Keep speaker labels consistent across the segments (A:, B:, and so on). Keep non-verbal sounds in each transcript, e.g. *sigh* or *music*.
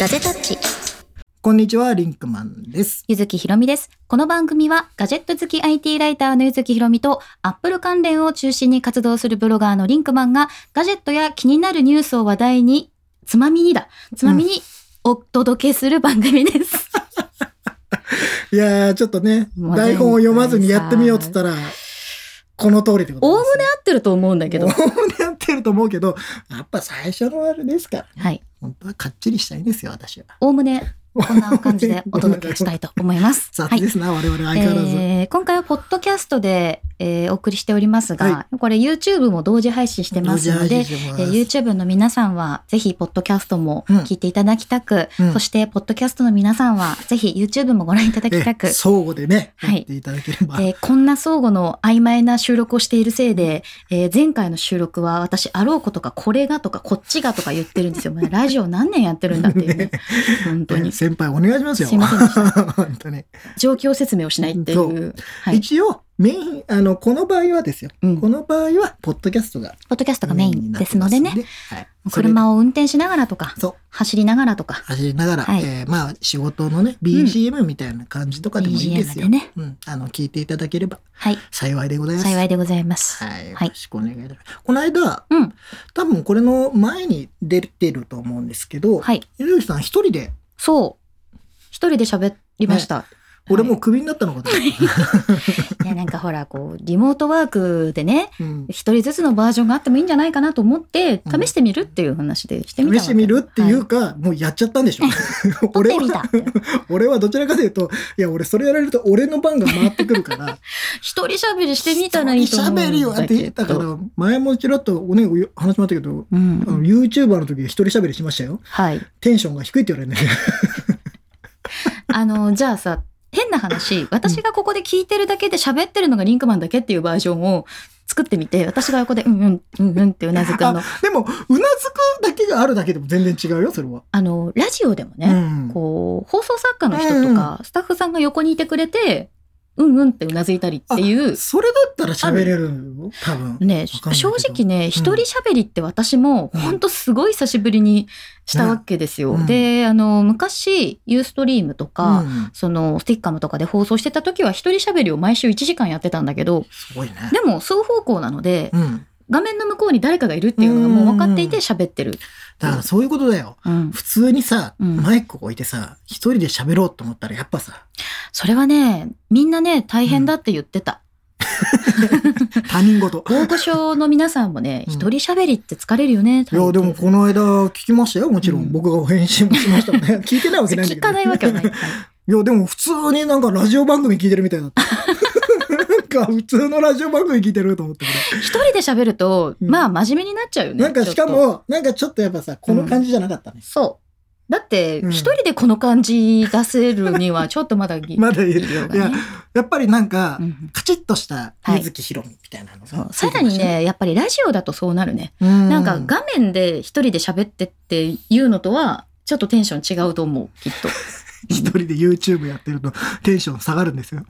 A: ガジェタッチ
B: こんにちは、リンクマンです。
A: ゆずきひろみですこの番組はガジェット好き IT ライターのゆずきひろみとアップル関連を中心に活動するブロガーのリンクマンがガジェットや気になるニュースを話題につまみにだつまみにお届けする番組です、
B: いやー、ちょっとね、
A: もう
B: 台本を読まずにやってみようっつったら、この通りってこと
A: おお
B: で
A: むね合ってると思うんだけ
B: すね。
A: ど
B: おおむね合ってると思うけど、やっぱ最初のあれですからね。
A: はい
B: 本当はかっちりしたいんですよ、私は。
A: おおむねこんな感じ *laughs* でお届けしたいと思い *laughs* ます。
B: 雑
A: はい
B: ですな、我々相変わらず。
A: えー今回はポッドキャストで、えーお送りしておりますが、
B: は
A: これ YouTube も同時配信してますので、え
B: 同時配信してます
A: ー YouTube の皆さんはぜひポッドキャストも聞いていただきたく、
B: うん
A: そしてポッドキャストの皆さんはぜひ YouTube もご覧いただきたく、
B: ええ相互でね、
A: はい
B: やっていただければ。
A: えーこんな相互の曖昧な収録をしているせいで、えー前回の収録は私あろうことかこれがとかこっちがとか言ってるんですよ。まあラジオ何年やってるんだ
B: *laughs*
A: っていうね本当に
B: 先輩お願いしますよ。
A: すいませんで
B: *laughs* 本当に。
A: 状況説明をしないってい
B: そうう。
A: はい、
B: 一応、メイン、あの、この場合はですよ。
A: うん
B: この場合は、ポッドキャストが
A: ポッドキャストがメインですのでね。
B: はい、
A: 車を運転しながらとか
B: それでそう
A: 走りながらとか
B: 走りながら、
A: はい
B: えーまあ仕事のね BGM みたいな感じとかでもいいですよ、
A: BGM でね
B: うん、あの聞いていただければ
A: はい
B: 幸いでございます
A: 幸いでございます、
B: はい、よ
A: はい
B: ろしくお願いいたしますこの間
A: うん
B: 多分これの前に出てると思うんですけど、
A: はい
B: ゆずきさん一人で
A: そう一人で喋りました、
B: 俺もうクビになったのかと、
A: いやなんかほらこうリモートワークでね *laughs*
B: うん
A: 一人ずつのバージョンがあってもいいんじゃないかなと思って
B: うん
A: 試してみるっていう話でしてみたわけ
B: 試してみるっていう
A: は
B: か、もうやっちゃったんでしょ
A: 撮っ
B: *laughs* 俺
A: てみた
B: は俺はどちらかというといや俺それやられると俺の番が回ってくるから
A: 一人喋り *laughs* してみたらいいと思うんだけ
B: 喋
A: ど
B: るよって言ったから、前もちらっとおね、話しましたけど、
A: う
B: あの
A: ん
B: YouTuber の時一人喋りしましたよ。
A: はい
B: テンションが低いって言われるんだけ
A: あのじゃあさ変な話私がここで聞いてるだけで喋ってるのがリンクマンだけっていうバージョンを作ってみて私が横でうんうんうんうんってうなずく
B: ど。 *laughs*
A: あの
B: あでも、うなずくだけがあるだけでも全然違うよ、それは。
A: あの、ラジオでも
B: う
A: ね、
B: ん。
A: こう、放送作家の人とか、スタッフさんが横にいてくれて、うんうんってうなずいたりっていう、
B: それだったら喋れるよ、多分。
A: ね、
B: わかんないけ
A: 正
B: ど
A: 直ね、一人喋りって私も、
B: うん
A: ほんとすごい久しぶりにしたわけですよ。
B: ねうん
A: で、あの、昔、ユーストリームとか、
B: うん、
A: その、スティッカムとかで放送してた時は、一人喋りを毎週1時間やってたんだけど、
B: すごいね。
A: でも、双方向なので、
B: うん。
A: 画面の向こうに誰かがいるっていうのがもう分かっていて
B: う
A: 喋ってる。
B: だからそういうことだよ。
A: うん。
B: 普通にさ、
A: うん
B: マイク置いてさ、一人で喋ろうと思ったらやっ
A: *laughs*
B: ぱさ、
A: それはね、みんなね、大変だって言ってた。
B: 他人事。
A: 大御所の皆さんもね、
B: うん
A: 一人喋りって疲れるよね。
B: いや、でもこの間聞きましたよ、もちろん。
A: うん
B: 僕がお返信もしまし
A: *laughs*
B: たもんね。聞いてないわけないん
A: 聞
B: だけど。
A: かないわけは
B: *laughs*
A: ない。はい
B: いや、でも普通になんかラジオ番組聞いてるみたいだった。
A: *laughs*
B: なんか普通のラジオ番組聞いてると思って俺
A: 一人で喋ると、
B: うん
A: まあ真面目になっちゃうよね。
B: なんかしか
A: ちょっと。
B: も、なんかちょっとやっぱさ、この感じじゃなかったね。
A: そう。だって、
B: うん
A: 一人でこの感じ出せるには、ちょっとまだぎ、
B: *laughs* まだい
A: い
B: る。
A: るよ
B: いや
A: ね。、
B: やっぱりなんか
A: う、ん
B: カチッとした
A: はい
B: 水木ひろみみたいなの
A: そ
B: が
A: うさらに、ね、やっぱりラジオだとそうなるね。
B: な
A: なんか画面で一人で喋ってっていうのとは、ちょっとテンション違うと思う、きっ
B: *laughs* 一人で YouTube やってるとテンション下がるんですよ。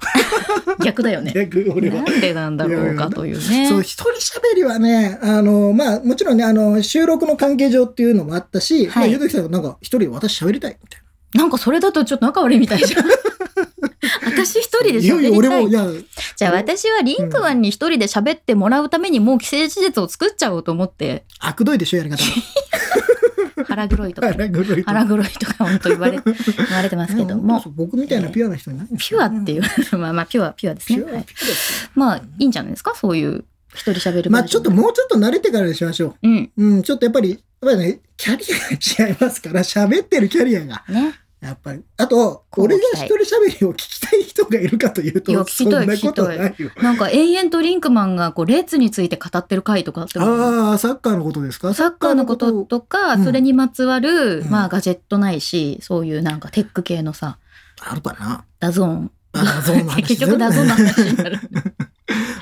A: と。逆だよね。
B: 逆俺
A: な。
B: は
A: んでなんだろうかというね。
B: そう、一人喋りはね、あの、まあ、もちろんね、あの、収録の関係上っていうのもあった
A: は
B: し、
A: い
B: まあ、ゆずきさんがなんか、一人で私喋りたい、みたいな。
A: なんかそれだとちょっと仲悪いみたいじゃん。 *laughs* 私一人で
B: いよい
A: 喋
B: よ
A: り
B: 俺
A: たい。
B: も、いや、
A: じゃあ私はリンクマンに一人で喋ってもらうためにもう既成事実を作っちゃおうと思って、
B: 悪どいでしょ、やり方。
A: *laughs* 腹黒いとか、
B: 腹黒いと
A: 腹黒いとか本当言わ *laughs* れ、言われてますけども、
B: そう僕みたいなピュアな人になるんです
A: ピ
B: よ
A: ュアっていう、まあまあピュア、ピュアです
B: ピ
A: ね。
B: ュア
A: は
B: はいピュアですよ
A: まあいいんじゃないですかそういう一人喋る
B: まあ
A: バー
B: ち
A: ジョ
B: ょ
A: ン
B: っともうちょっと慣れてからにしましょ
A: うん。
B: う。うん、ちょっとやっぱり、やっぱりね、キャリアが違いますから、喋ってるキャリアが。
A: ね。
B: やっぱり。あと、
A: こう
B: 俺が
A: 期
B: 一
A: 待
B: 人喋りを聞きたい人がいるかという
A: いや
B: と、
A: 聞
B: そ
A: き
B: ん
A: たい
B: なことないよ。
A: なんか永遠とリンクマンがこう、レッツについて語ってる回とかあっても
B: ああ、サッカーのことですか
A: サッカーのこととか、
B: うん
A: それにまつわる、
B: うん
A: まあガジェットないし、そういうなんかテック系のさ、
B: あるかな
A: ダゾーン。*laughs*
B: あダゾーンの話
A: 結局ダゾーンの
B: *laughs*
A: 話になる。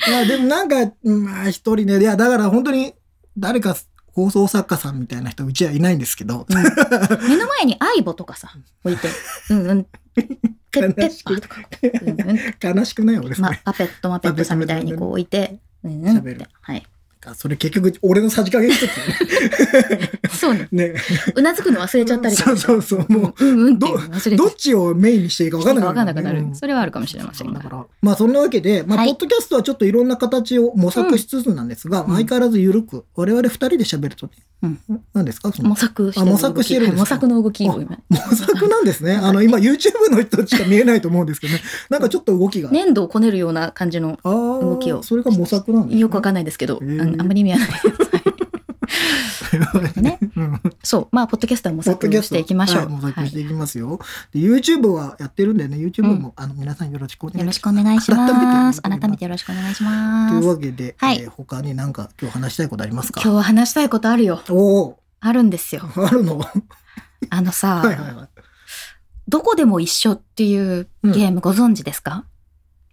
B: いや、でもなんか、まあ一人ね、いや、だから本当に、誰か放送作家さんみたいな人、うちはいないんですけど、
A: 目の前にアイボとかさ、置いて、うんうん。ペッペ
B: 悲
A: ッ
B: し
A: パー
B: く
A: とか、うんうん。
B: 悲しくない俺それ
A: ま、パペットマペットさんみたいにこう置いて、うんうんって。はい。
B: かそれ結局俺のさじ加減一つ
A: そうね。 *laughs*
B: ねね
A: うなずくの忘れちゃったりと
B: そ
A: か
B: う。そうそうも
A: うんうんっていうの忘
B: う
A: れちゃ
B: ど
A: っ
B: っちをメインにしていいか分かんな
A: た。
B: くな
A: わ
B: る
A: かんなくな
B: うん
A: る。それはあるかもしれません
B: だか
A: が。
B: らまあそんなわけで、まあ
A: はい
B: ポッドキャストはちょっといろんな形を模索しつつなんですが、
A: ん
B: 相変わらず緩く我々二人で喋るとね、
A: うん
B: 何ですかその
A: 模索してる
B: あ
A: 動き。
B: 模索してるんですか
A: はい模索の動きを今。
B: 模索な
A: *laughs*
B: んですね。あの今 YouTube の人しか見えないと思うんですけどね、なんかちょっと動きが、
A: 粘土をこねるような感じの、
B: あ動
A: 動きを
B: それが模索なんです、ね。
A: よくわかんないですけど、あ
B: ー
A: のあんまり意味はないです。
B: *laughs* か
A: ね。
B: うん
A: そう。まあ、ポッドキャストは模
B: ポッド
A: 索
B: キャスト
A: していきましょ
B: は
A: う。
B: 模索
A: は
B: して
A: い
B: いきますよ。で YouTube はやってるんでね、YouTube も、あの皆さんよろしくお願
A: よ
B: い
A: ろ
B: し
A: しくお願いします。
B: 改め
A: 改
B: て
A: めてよろしくお願いし
B: ま
A: ま
B: す。という
A: す。
B: わけで、
A: はい
B: えー他に何か今日話したいことあります
A: 今
B: か
A: 日は話したいことあるよ。
B: おお
A: あるんですよ。
B: *laughs* あるのは
A: あのさ、
B: いはいはい。
A: どこでも一緒っていうゲームご存知ですか、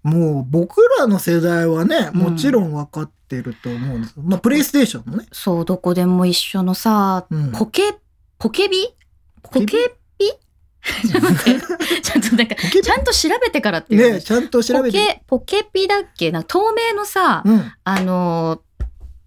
B: もう僕らの世代はね、
A: うん
B: もちろん分かってると思うんです。まあ、プレイステーションのね。
A: そう、どこでも一緒のさ、
B: うん。 *laughs*
A: ポケ、ポケビポ
B: ポケ
A: ケビちょっと
B: *laughs*
A: 待って。ちょっとなんか、
B: ポケ
A: ちゃんと調べてからっていう。
B: ねちゃんと調
A: ポ
B: べて。
A: ケ、ポケピだっけなんか透明のさ、
B: うん。
A: あのー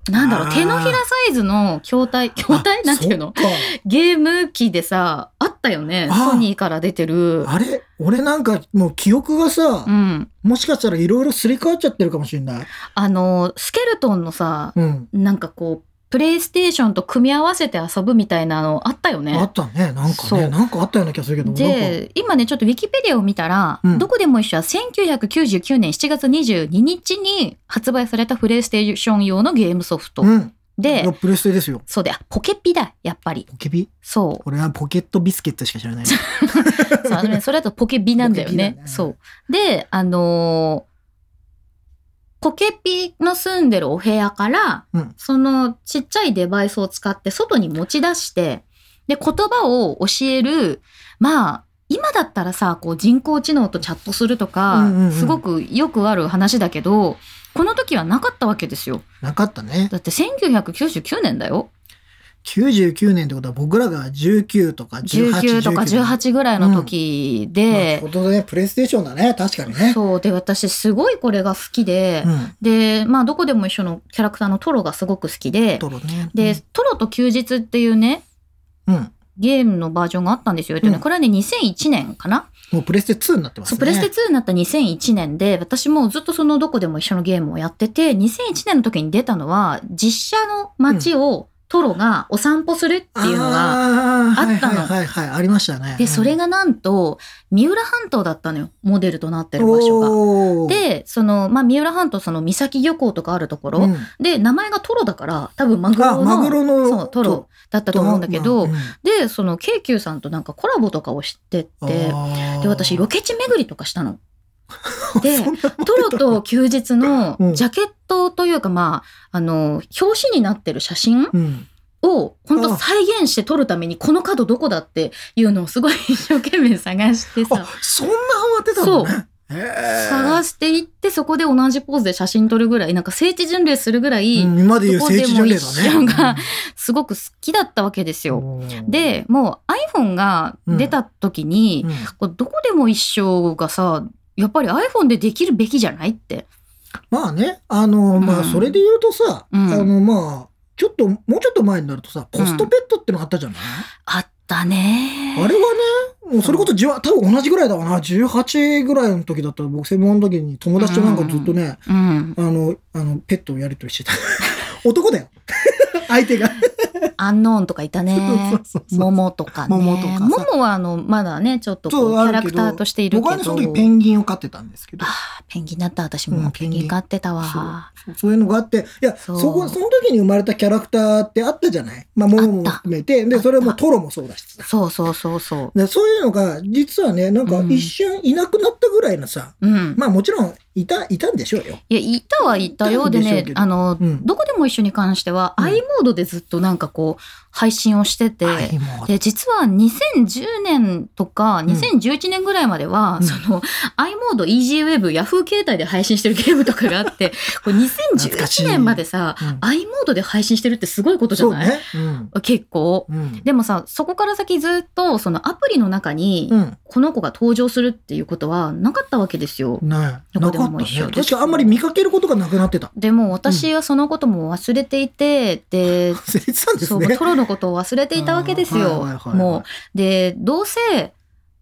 A: なんだろ
B: あ
A: う、
B: ー
A: 手のひらサイズの筐体、筐体なんていうの
B: あそっか
A: ゲーム機でさ、あったよね。
B: あー
A: ソニーから出てる。
B: あれ俺なんかもう記憶がさ、
A: うん。
B: もしかしたらいろいろすり替わっちゃってるかもしれない。
A: あのースケルトンのさ、
B: うん。
A: なんかこう、プレイステーションと組み合わせて遊ぶみたいなのあったよ
B: あ
A: ね。
B: ったね。なんか
A: そう
B: ね。なんかあったような気がするけど。なんか
A: で、今ね、ちょっとウィキペディアを見たら、
B: うん
A: どこでも一緒は1999年7月22日に発売されたプレイステーション用のゲームソフト。
B: うん。い
A: で
B: や、プレステですよ。
A: そうだよ、ポケピだ、やっぱり。
B: ポケビ
A: そう。
B: 俺はポケットビスケットしか知らな
A: *laughs*
B: い。
A: そうあの
B: *laughs*
A: ね、それだとポケビなんだよね。
B: ポケビだね
A: そう。で、あのーポケピの住んでるお部屋から、
B: うん
A: そのちっちゃいデバイスを使って外に持ち出して、で、言葉を教える、まあ、今だったらさ、こう人工知能とチャットするとか、
B: うんうんうん
A: すごくよくある話だけど、この時はなかったわけですよ。
B: なかったね。
A: だって1999年だよ。
B: 99年ってことは僕らが19とか18
A: 19とか18ぐらいの時で、
B: まあ、ことね、プレイステーションだね。確かにね。
A: そうで私すごいこれが好きで、
B: うん。
A: でまあどこでも一緒のキャラクターのトロがすごく好きで、
B: トロね。
A: でトロと休日っていうね
B: うん、うん。
A: ゲームのバージョンがあったんですよ。えっとね
B: うん
A: これはね2001年かな、
B: もうプレステ2になってます
A: そう
B: ね。
A: プレステ2になった2001年で私もずっとそのどこでも一緒のゲームをやってて2001年の時に出たのは実写の街をトロがお散歩するっていうのが、
B: あー
A: あったの
B: はいはいはい、はい、ありましたね。
A: でそれ
B: が
A: がなんと三浦半島だったのよモデルとなってる場所が。
B: 所、
A: でその、まあ、三浦半島その三崎漁港とかあるところ、
B: うん
A: で、名前がトロだから、多分マグロ
B: あ
A: の、
B: マグロの
A: そう、トロだったと思うんだけど、
B: うん
A: で、その、京急さんとなんかコラボとかをしてて、
B: あー
A: で、私、ロケ地巡りとかした
B: *laughs*
A: の。で、
B: そんな
A: トロと休日の
B: うん
A: ジャケットというか、まあ、あの、表紙になってる写真
B: うん
A: を、本
B: あ
A: 当
B: ー
A: 再現して撮るために、この角どこだっていうのをすごい一生懸命探して
B: あ
A: さ、
B: そんな慌てたのね
A: *laughs* 探
B: し
A: していって、そこで同じポーズで写真撮るぐらい、なんか聖地巡礼するぐらい、
B: 今で言う聖地巡礼
A: どこでも一緒
B: だ
A: が
B: ね。
A: すごく好きだったわけですよ。
B: うん、
A: でもう iPhone が出た時に、
B: うん
A: こうどこでも一緒がさやっぱり iPhone でできるべきじゃないって。
B: まあね、あの、
A: う
B: まあ、
A: ん
B: それで言うとさ、
A: うん
B: あの、まあ、ちょっと、もうちょっと前になるとさ、ポストペットってのあったじゃない、
A: あったね
B: あれはね、もうそれこそじゅわ、多分同じぐらいだわな、18ぐらいの時だったら、僕、専門の時に友達となんかずっとね、
A: うん、
B: あの、あの、ペットをやりとりしてた。 *laughs* 男だよ。 *laughs* 相手が。
A: アンノーンとかいたね
B: そう。そうそうそう
A: 桃とかね。
B: 桃とかさ
A: 桃はあのまだねちょっとこうキ
B: そう
A: ャ
B: あるけど
A: ラクターとしている
B: 僕は
A: け
B: ね、そ
A: ど。
B: の時ペンギンを飼ってたんですけど。
A: あーペンギンだった私も、
B: うん
A: ペンギン飼ってたわ。
B: そうそういうのがあって、いや、
A: そう
B: そこ、その時に生まれたキャラクターってあったじゃないまあ、モモも含めて。
A: あ
B: で、
A: った
B: それはもうトロもそうだしさ。
A: そうそうそうそう。
B: でそういうのが、実はね、なんか
A: うん
B: 一瞬いなくなったぐらいのさ、
A: うん。
B: まあもちろん、いた、いたんでしょうよ。
A: いや、いたはいたようで
B: いたんでしょう
A: ね
B: け、ど
A: あの、
B: うん
A: どこでも一緒に関しては、
B: うん
A: i モードでずっとなんかこう、配信をしてて、
B: はいもう
A: で実は2010年とか
B: ん
A: 2011年ぐらいまでは、
B: うん
A: その i モード EasyWeb ヤフー携帯で配信してるゲームとかがあ
B: *laughs*
A: ってこれ
B: 懐かしい
A: 2011年までさ
B: うん
A: i モードで配信してるってすごいことじゃ
B: そう
A: ない、
B: ね。うん。
A: 結構。
B: うん。
A: でもさそこから先ずっとそのアプリの中に
B: うん。
A: この子が登場するっていうことはなかったわけですよ。
B: ない。
A: どこ
B: な
A: で
B: か
A: も
B: った
A: 一緒
B: ね。
A: で
B: 確
A: す
B: かあんまり見かけることがなくなってた。
A: でも私はそのことも忘れていて、で
B: *laughs* 忘れてたんです
A: そう、
B: ね。
A: トロのことを忘れていたわけです
B: あー
A: よ。
B: はいはいはいはい
A: もう。で、どうせ、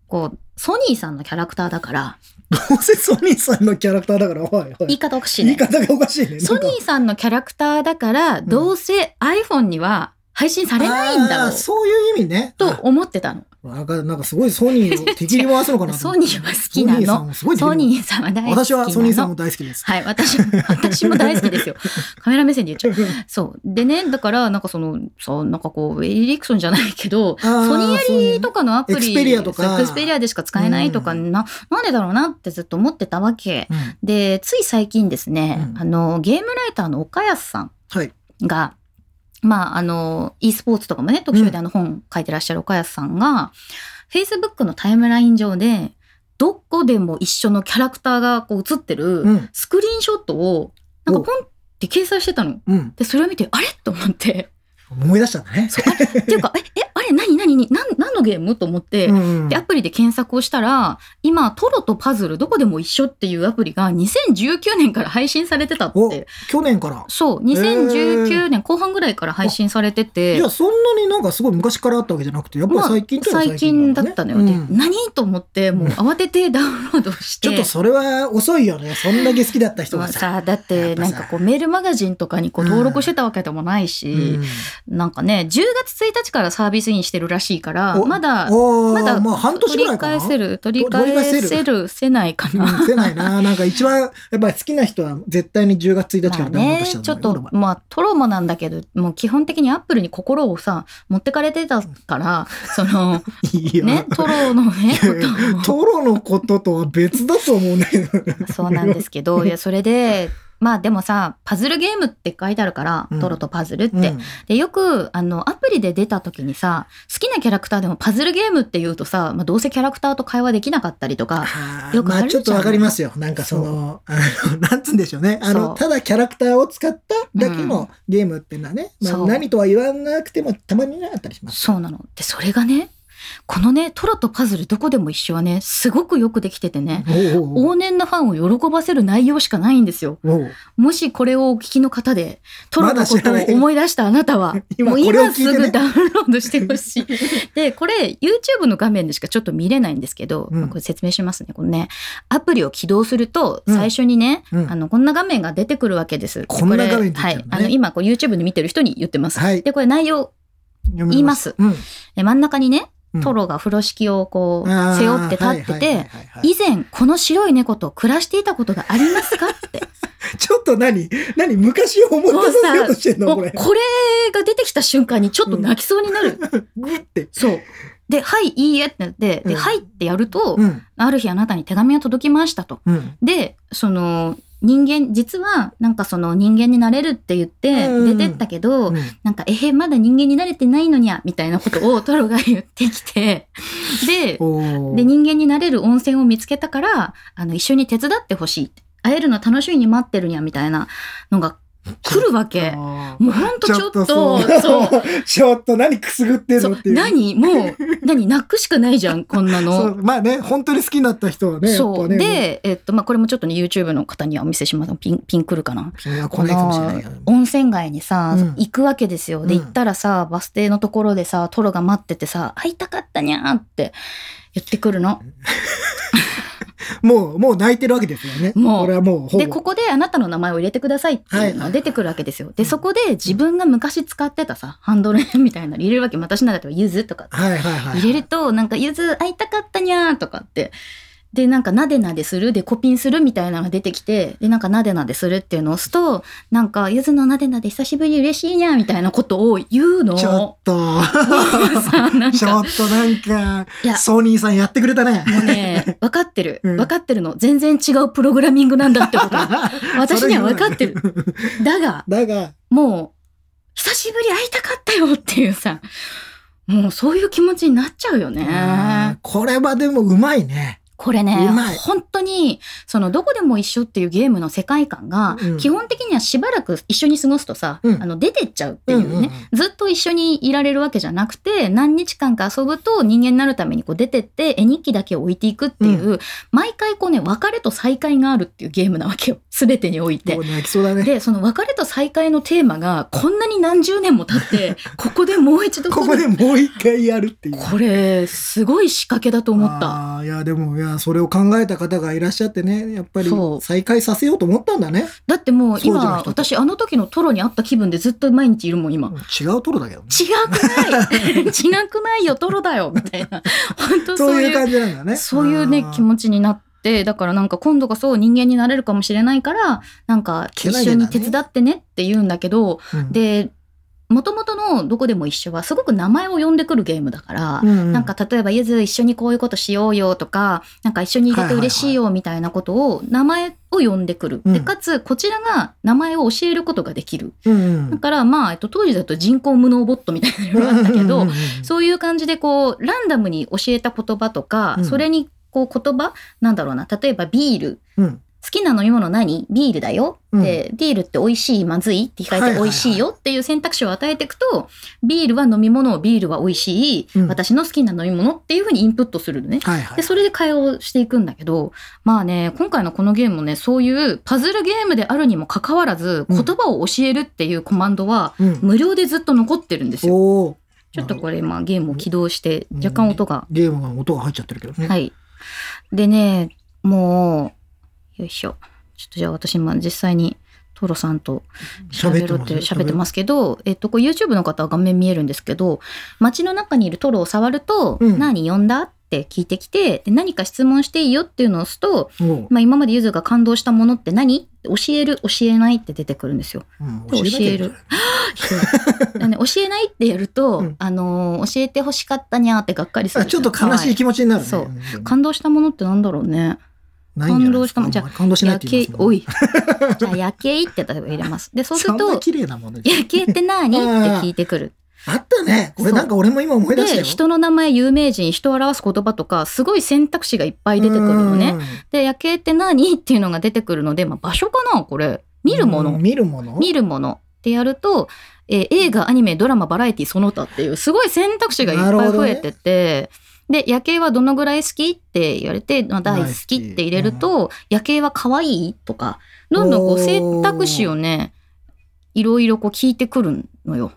A: こう、ソニーさんのキャラクターだから、
B: どうせソニーさんのキャラクターだから、はいはい。
A: 言い方おかしい
B: 言い
A: ね。
B: 方がおかしいね。
A: ソニーさんのキャラクターだから、
B: ん
A: どうせ iPhone には配信さ
B: あ
A: れないんだろう。
B: そういう意味ね。
A: と思ってたの。
B: あなんか、なんかすごいソニーを敵に回すのかな
A: *laughs*
B: と
A: ソ
B: 思っ
A: ニ
B: て。
A: ーは好きなの。
B: ソニーさんもすごい敵に
A: ソニ
B: 回す
A: ーさんは大好きなの。
B: 私はソニーさんも大好きです。
A: はい、私も、私も大好きですよ。カメラ目線で言っちゃう。そう。でね、だから、なんかその、そう、なんかこう、エリクソンじゃないけど、
B: あー
A: ソニーやりとかのアプリ、
B: エクスペリアとか
A: そうエクスペリアでしか使えないとか、
B: うん
A: な、なんでだろうなってずっと思ってたわけ。
B: うんは
A: で、つい最近ですね、
B: うん
A: あの、ゲームライターの岡安さん
B: い。
A: が、まあ、あの、e スポーツとかもね、特集であの本書いてらっしゃる岡安さんが、Facebook のタイムライン上で、どこでも一緒のキャラクターがこう映ってる、
B: うん。
A: スクリーンショットを、なんかポンって掲載してたの。
B: うん。
A: で、それを見て、あれと思
B: *laughs*
A: って。
B: 思い出したんだね。
A: そう、あれっていうか、え、え、あれ何何何何何のゲームと思って。
B: うん
A: で、アプリで検索をしたら、今、トロとパズルどこでも一緒っていうアプリが2019年から配信されてたっ
B: お
A: て。
B: 去年から。
A: そう、
B: へ
A: 2019年後半ぐらいから配信されてて。
B: いや、そんなになんかすごい昔からあったわけじゃなくて、やっぱり最近っていうのは
A: 最近だったのよ。
B: ね
A: で、
B: うん
A: 何と思って、もう慌て *laughs* てダウンロードして。
B: ちょっとそれは遅いよね。そんだけ好きだった人
A: ま
B: が
A: あ
B: さ。
A: さだっ
B: や
A: て
B: っぱ
A: なん
B: さ
A: かこうメールマガジンとかにこう
B: うん
A: 登録してたわけでもないし、
B: うん
A: なんかね10月1日からサービスインしてるらしいから
B: お
A: まだ
B: おー
A: まだ
B: まあ半年
A: 取
B: ぐら
A: り
B: いかな。
A: 返せる取り
B: 取り
A: 返
B: 返せる
A: せるせないか
B: う
A: な。
B: ん、出ないな。なんか一番、やっぱり好きな人は絶対に10月1日
A: まあ
B: からダウンロー
A: ね
B: ドしちゃう
A: ちょっ
B: んだよ
A: とまあトロもなんだけどもう基本的にアップルに心をさ持ってかれてた
B: *laughs*
A: からその
B: 俺はいいよ。
A: ねトロのねことを
B: トロのこととは別だと思うね。
A: *laughs* そうなんですけどいやそれでまあでもさパズルゲームって書いてあるから、
B: うん
A: トロとパズルって、
B: うん
A: でよくあのアプリで出た時にさ好きなキャラクターでもパズルゲームっていうとさ、まあ、どうせキャラクターと会話できなかったりとか
B: あー
A: よくあ
B: まあ
A: る
B: ち
A: じゃ
B: ょ
A: ん
B: っとわかりますよ。なんかその、あの *laughs* なんつうんでしょうね。あ
A: そう
B: の、ただキャラクターを使っただけ
A: う
B: のゲームってのはね、まあ
A: そう
B: 何とは言わなくてもたまにねあったりします。
A: そうなのでそれがねこのねトロとパズルどこでも一緒はねすごくよくできててね
B: おうおう
A: 往年のファンを喜ばせる内容しかないんですよ。
B: おう
A: もしこれをお聞きの方で、トロのこ
B: まだ知
A: と
B: ら
A: を
B: ない
A: 思い出したあなたは、
B: 今
A: もう
B: これを
A: 今
B: 聞いてね
A: すぐダウンロードしてほ
B: *laughs*
A: しい。で、これ YouTube の画面でしかちょっと見れないんですけど、
B: うん
A: まあこれ説明しますね。このね、アプリを起動すると、
B: うん
A: 最初にね、
B: うん
A: あの、こんな画面が出てくるわけです。
B: こんな画面
A: でこれは
B: 出て
A: い
B: くる。の
A: あ
B: ね
A: の、今こう YouTube で見てる人に言ってます。
B: はい
A: で、これ内容、
B: 読
A: 言います。
B: うん
A: え真ん中にね、
B: うん
A: トロが風呂敷をこう、
B: あー
A: 背負って立って
B: はいはいはい
A: て、
B: はいはい
A: 以前この白い猫と暮らしていたことがあります
B: *laughs*
A: かって。
B: ちょっと何何昔を思い出させようとしてんの
A: も
B: こ
A: う
B: れ。
A: これが出てきた瞬間にちょっと泣きそうになる。
B: グって。
A: そう。で、はい、いいえってなって、
B: う
A: で、
B: ん
A: はいってやると、
B: ん。
A: ある日あなたに手紙が届きましたと。
B: うん。
A: で、その、人間、実は、なんかその人間になれるって言って
B: うん
A: 出てったけど、
B: うん
A: なんか、えへ、まだ人間になれてないのにゃ、みたいなことをトロが言ってきて、で、
B: おー
A: で、人間になれる温泉を見つけたから、あの、一緒に手伝ってほしい。会えるの楽しみに待ってるにゃ、みたいなのが来るわけ。
B: あー
A: もうほんとちょっと、
B: そう
A: そう。
B: *laughs* ちょっと何くすぐ *laughs* ってん
A: そ
B: の
A: う
B: っていう。
A: 何もう、何泣くしかないじゃん、こんな
B: *laughs* そ
A: の。
B: うまあね、本当に好きになった人はね、
A: そう。
B: やっぱね、
A: で、えっと、まあ、これもちょっとね、YouTube の方にはお見せします。ピン、ピン来るかな。
B: 君は来ないかもしれないけど
A: この温泉街にさ、
B: うん
A: 行くわけですよ。で、
B: うん
A: 行ったらさ、バス停のところでさ、トロが待っててさ、会いたかったにゃーって言ってくるの。
B: もう、もう泣いてるわけですよね。
A: もう
B: これはもう、ほぼ。
A: で、ここであなたの名前を入れてくださいっていうのが出てくるわけですよ。で、そこで自分が昔使ってたさ、ハンドルネームみたいなの入れるわけ。私なんだったらゆずとか
B: はいはいはい。
A: 入れると、なんか、ゆず会いたかったにゃーとかって。で、なんか、なでなでする、で、コピンするみたいなのが出てきて、で、なんか、なでなでするっていうのを押すと、なんか、ゆずのなでなで久しぶり嬉しいにゃーみたいなことを言うの。
B: ちょっと、
A: さなん
B: ちょ
A: か
B: っ、となん
A: いや
B: か、ソニーさんやってくれたね。
A: もうね、分かってる。
B: うん
A: 分かってるの。全然違うプログラ
B: *laughs*
A: ミングなんだってこと。私には分かってる。だが、
B: だが、
A: もう、久しぶり会いたかったよっていうさ、もうそういう気持ちになっちゃうよ
B: うん
A: ね。
B: これはでもうまいね。
A: これね
B: うまい、
A: 本当に、その、どこでも一緒っていうゲームの世界観が、
B: うん
A: 基本的にはしばらく一緒に過ごすとさ、
B: うん
A: あの出てっちゃうっていうね、
B: うんうんうん
A: ずっと一緒にいられるわけじゃなくて、何日間か遊ぶと人間になるためにこう出てって、絵日記だけを置いていくっていう、毎回こうね、別れと再会があるっていうゲームなわけよ。すべてにおいて
B: もう。泣きそうだ
A: *laughs*
B: ね。
A: で、その別れと再会のテーマが、こんなに何十年も経
B: *laughs*
A: って、ここでもう一度
B: ここでもう一回やるっていう。
A: これ、すごい仕掛けだと思った。
B: あーいやでもいやそれを考えた方がいらっしゃってねやっぱり
A: そう
B: 再開させようと思ったんだね
A: だってもう
B: そうじゃない
A: 今、
B: 人
A: 私あの時のトロに会った気分でずっと毎日いるもん、今。
B: 違うトロだけどね
A: 違くない
B: *laughs*
A: 違くないよ、トロだよみたいな。本当
B: そ
A: そうう
B: いう
A: いう、
B: 感じなんだね
A: そういう
B: あ
A: ね
B: ー、
A: 気持ちになって、だからなんか今度こそ人間になれるかもしれないから、なんか
B: け
A: 一
B: な
A: 緒
B: げなね
A: に手伝ってねって言うんだけど、
B: うん
A: で、元々のどこでも一緒はすごく名前を呼んでくるゲームだから、
B: うんうん
A: なんか例えば、ゆず一緒にこういうことしようよとか、なんか一緒にいれて嬉しいよみたいなことを、名前を呼んでくる。
B: うん
A: で、かつ、こちらが名前を教えることができる。
B: うんうん
A: だから、まあ、えっと、当時だと人工無能ボットみたいなのがあったけ
B: うんうん
A: ど
B: う、んうん
A: そういう感じでこう、ランダムに教えた言葉とか、
B: うん
A: それにこう言葉、なんだろうな、例えばビール。
B: うん
A: 好きな飲み物何ビールだよって、ビールって美味しいまずいって控
B: は
A: え
B: いはい
A: て
B: は
A: 美
B: い
A: 味しいよっていう選択肢を与えていくとビールは飲み物ビールは美味しい、
B: うん
A: 私の好きな飲み物っていうふうにインプットするのね。
B: はいはい
A: でそれで会話をしていくんだけどまあね今回のこのゲームもねそういうパズルゲームであるにもかかわらず
B: うん
A: 言葉を教えるっていうコマンドは
B: うん
A: 無料でずっと残ってるんですよ。
B: おー
A: ちょっとこ
B: れ
A: れ今ゲームを起動して
B: うん
A: 若干音が
B: ゲームが音が入っちゃってるけどね
A: はい。でね、もう、よいしょ。ちょっとじゃあ私今実際にトロさんと喋ろうって喋ってますすけど、えっと、こう YouTube の方は画面見えるんですけど、街の中にいるトロを触ると、
B: うん
A: 何呼んだって聞いてきてで、何か質問していいよっていうのを押すと、
B: おー
A: まあ、今までゆずが感動したものって何教える、教えないって出てくるんですよ。
B: *laughs* うん
A: 教えるあの教えないってやると、
B: うん
A: あのー教えてほしかったにゃーってがっかりする
B: あちょっと悲しい
A: は
B: 気持ちになるね
A: そうんい感動したものってなんだろうね。
B: ないんじゃない
A: 感動したもんじゃあ
B: あんまり感動しないって言い
A: 夜景
B: ますもん
A: おい。 *laughs*
B: ね
A: じゃあ夜景って例えば入れます。で、そうす
B: そ
A: る
B: んな
A: と、
B: 綺麗なもんね
A: 夜景って何って聞いてくる。
B: あったねこれなんか俺も今思い出した
A: で、
B: よ
A: 人の名前、有名人、人を表す言葉とか、すごい選択肢がいっぱい出てくるのね。で、夜景って何っていうのが出てくるので、まあ、場所かなこれ。
B: うん
A: 見るも
B: う
A: の
B: ん。見るもの
A: 見るものってやると、えー映画、アニメ、ドラマ、バラエティ、その他っていう、すごい選択肢がいっ
B: なる
A: ぱ
B: ほ
A: い
B: ど
A: 増
B: ね
A: えてて、で、夜景はどのぐらい好きって言われて、まあ、大好きって入れると、夜景は可愛いとか、どんどんこ
B: お
A: う
B: ー
A: 選択肢をね、いろいろこう聞いてくるのよ。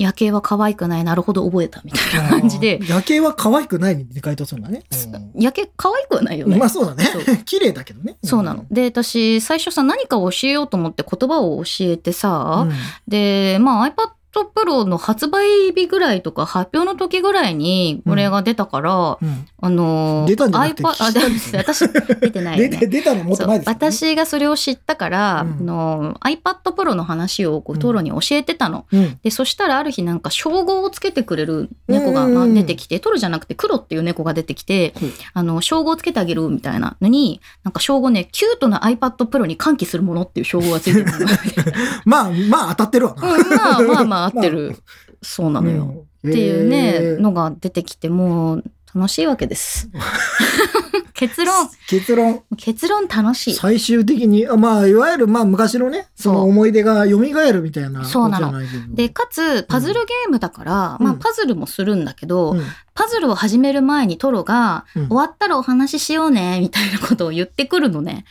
A: 夜景は可愛くない、なるほど覚えたみたいな感じで
B: あ、ー夜景は可愛くないに回答するんだね。うん
A: 夜景可愛くはないよね。
B: まあそうだね
A: そう。
B: *laughs* 綺麗だけどね。
A: そうなの。で、私、最初さ、何かを教えようと思って言葉を教えてさ、
B: うん。
A: で、まあ iPad Pro の発売日ぐらいとか発表の時ぐらいにこれが出たから、
B: うん
A: あのー、
B: 出たんじゃなくて
A: iPad あ
B: 聞いたんですね
A: で私出てないよ
B: で
A: ね。
B: *laughs* 出たのもっと
A: そう
B: 前ですよね。
A: 私がそれを知ったから、
B: うん
A: あのー iPad Pro の話をこうトロに教えてたの、
B: うん。
A: でそしたらある日なんか称号をつけてくれる猫がまあ
B: うん
A: 出てきてトロじゃなくて黒っていう猫が出てきて
B: ほう
A: あの称号をつけてあげるみたいなのになんか称号ねキュートな iPad Pro に歓喜するものっていう称号がついてるの
B: まあまあ当たってるわな。
A: うんまあまあまあ合ってる、そうなのよ、
B: うん。
A: っていうね、
B: へー
A: のが出てきてもう楽しいわけです
B: *laughs*
A: 結論
B: 結論。
A: 結論楽しい
B: 最終的に、あまあ、いわゆる、まあ、昔のね、その
A: そう
B: 思い出が蘇るみたいな。
A: そうなの
B: ことじゃいけど
A: で、かつパズルゲームだから、
B: うん
A: まあ、パズルもするんだけど、
B: うん
A: パズルを始める前にトロが、
B: うん
A: 終わったらお話ししようねみたいなことを言ってくるのね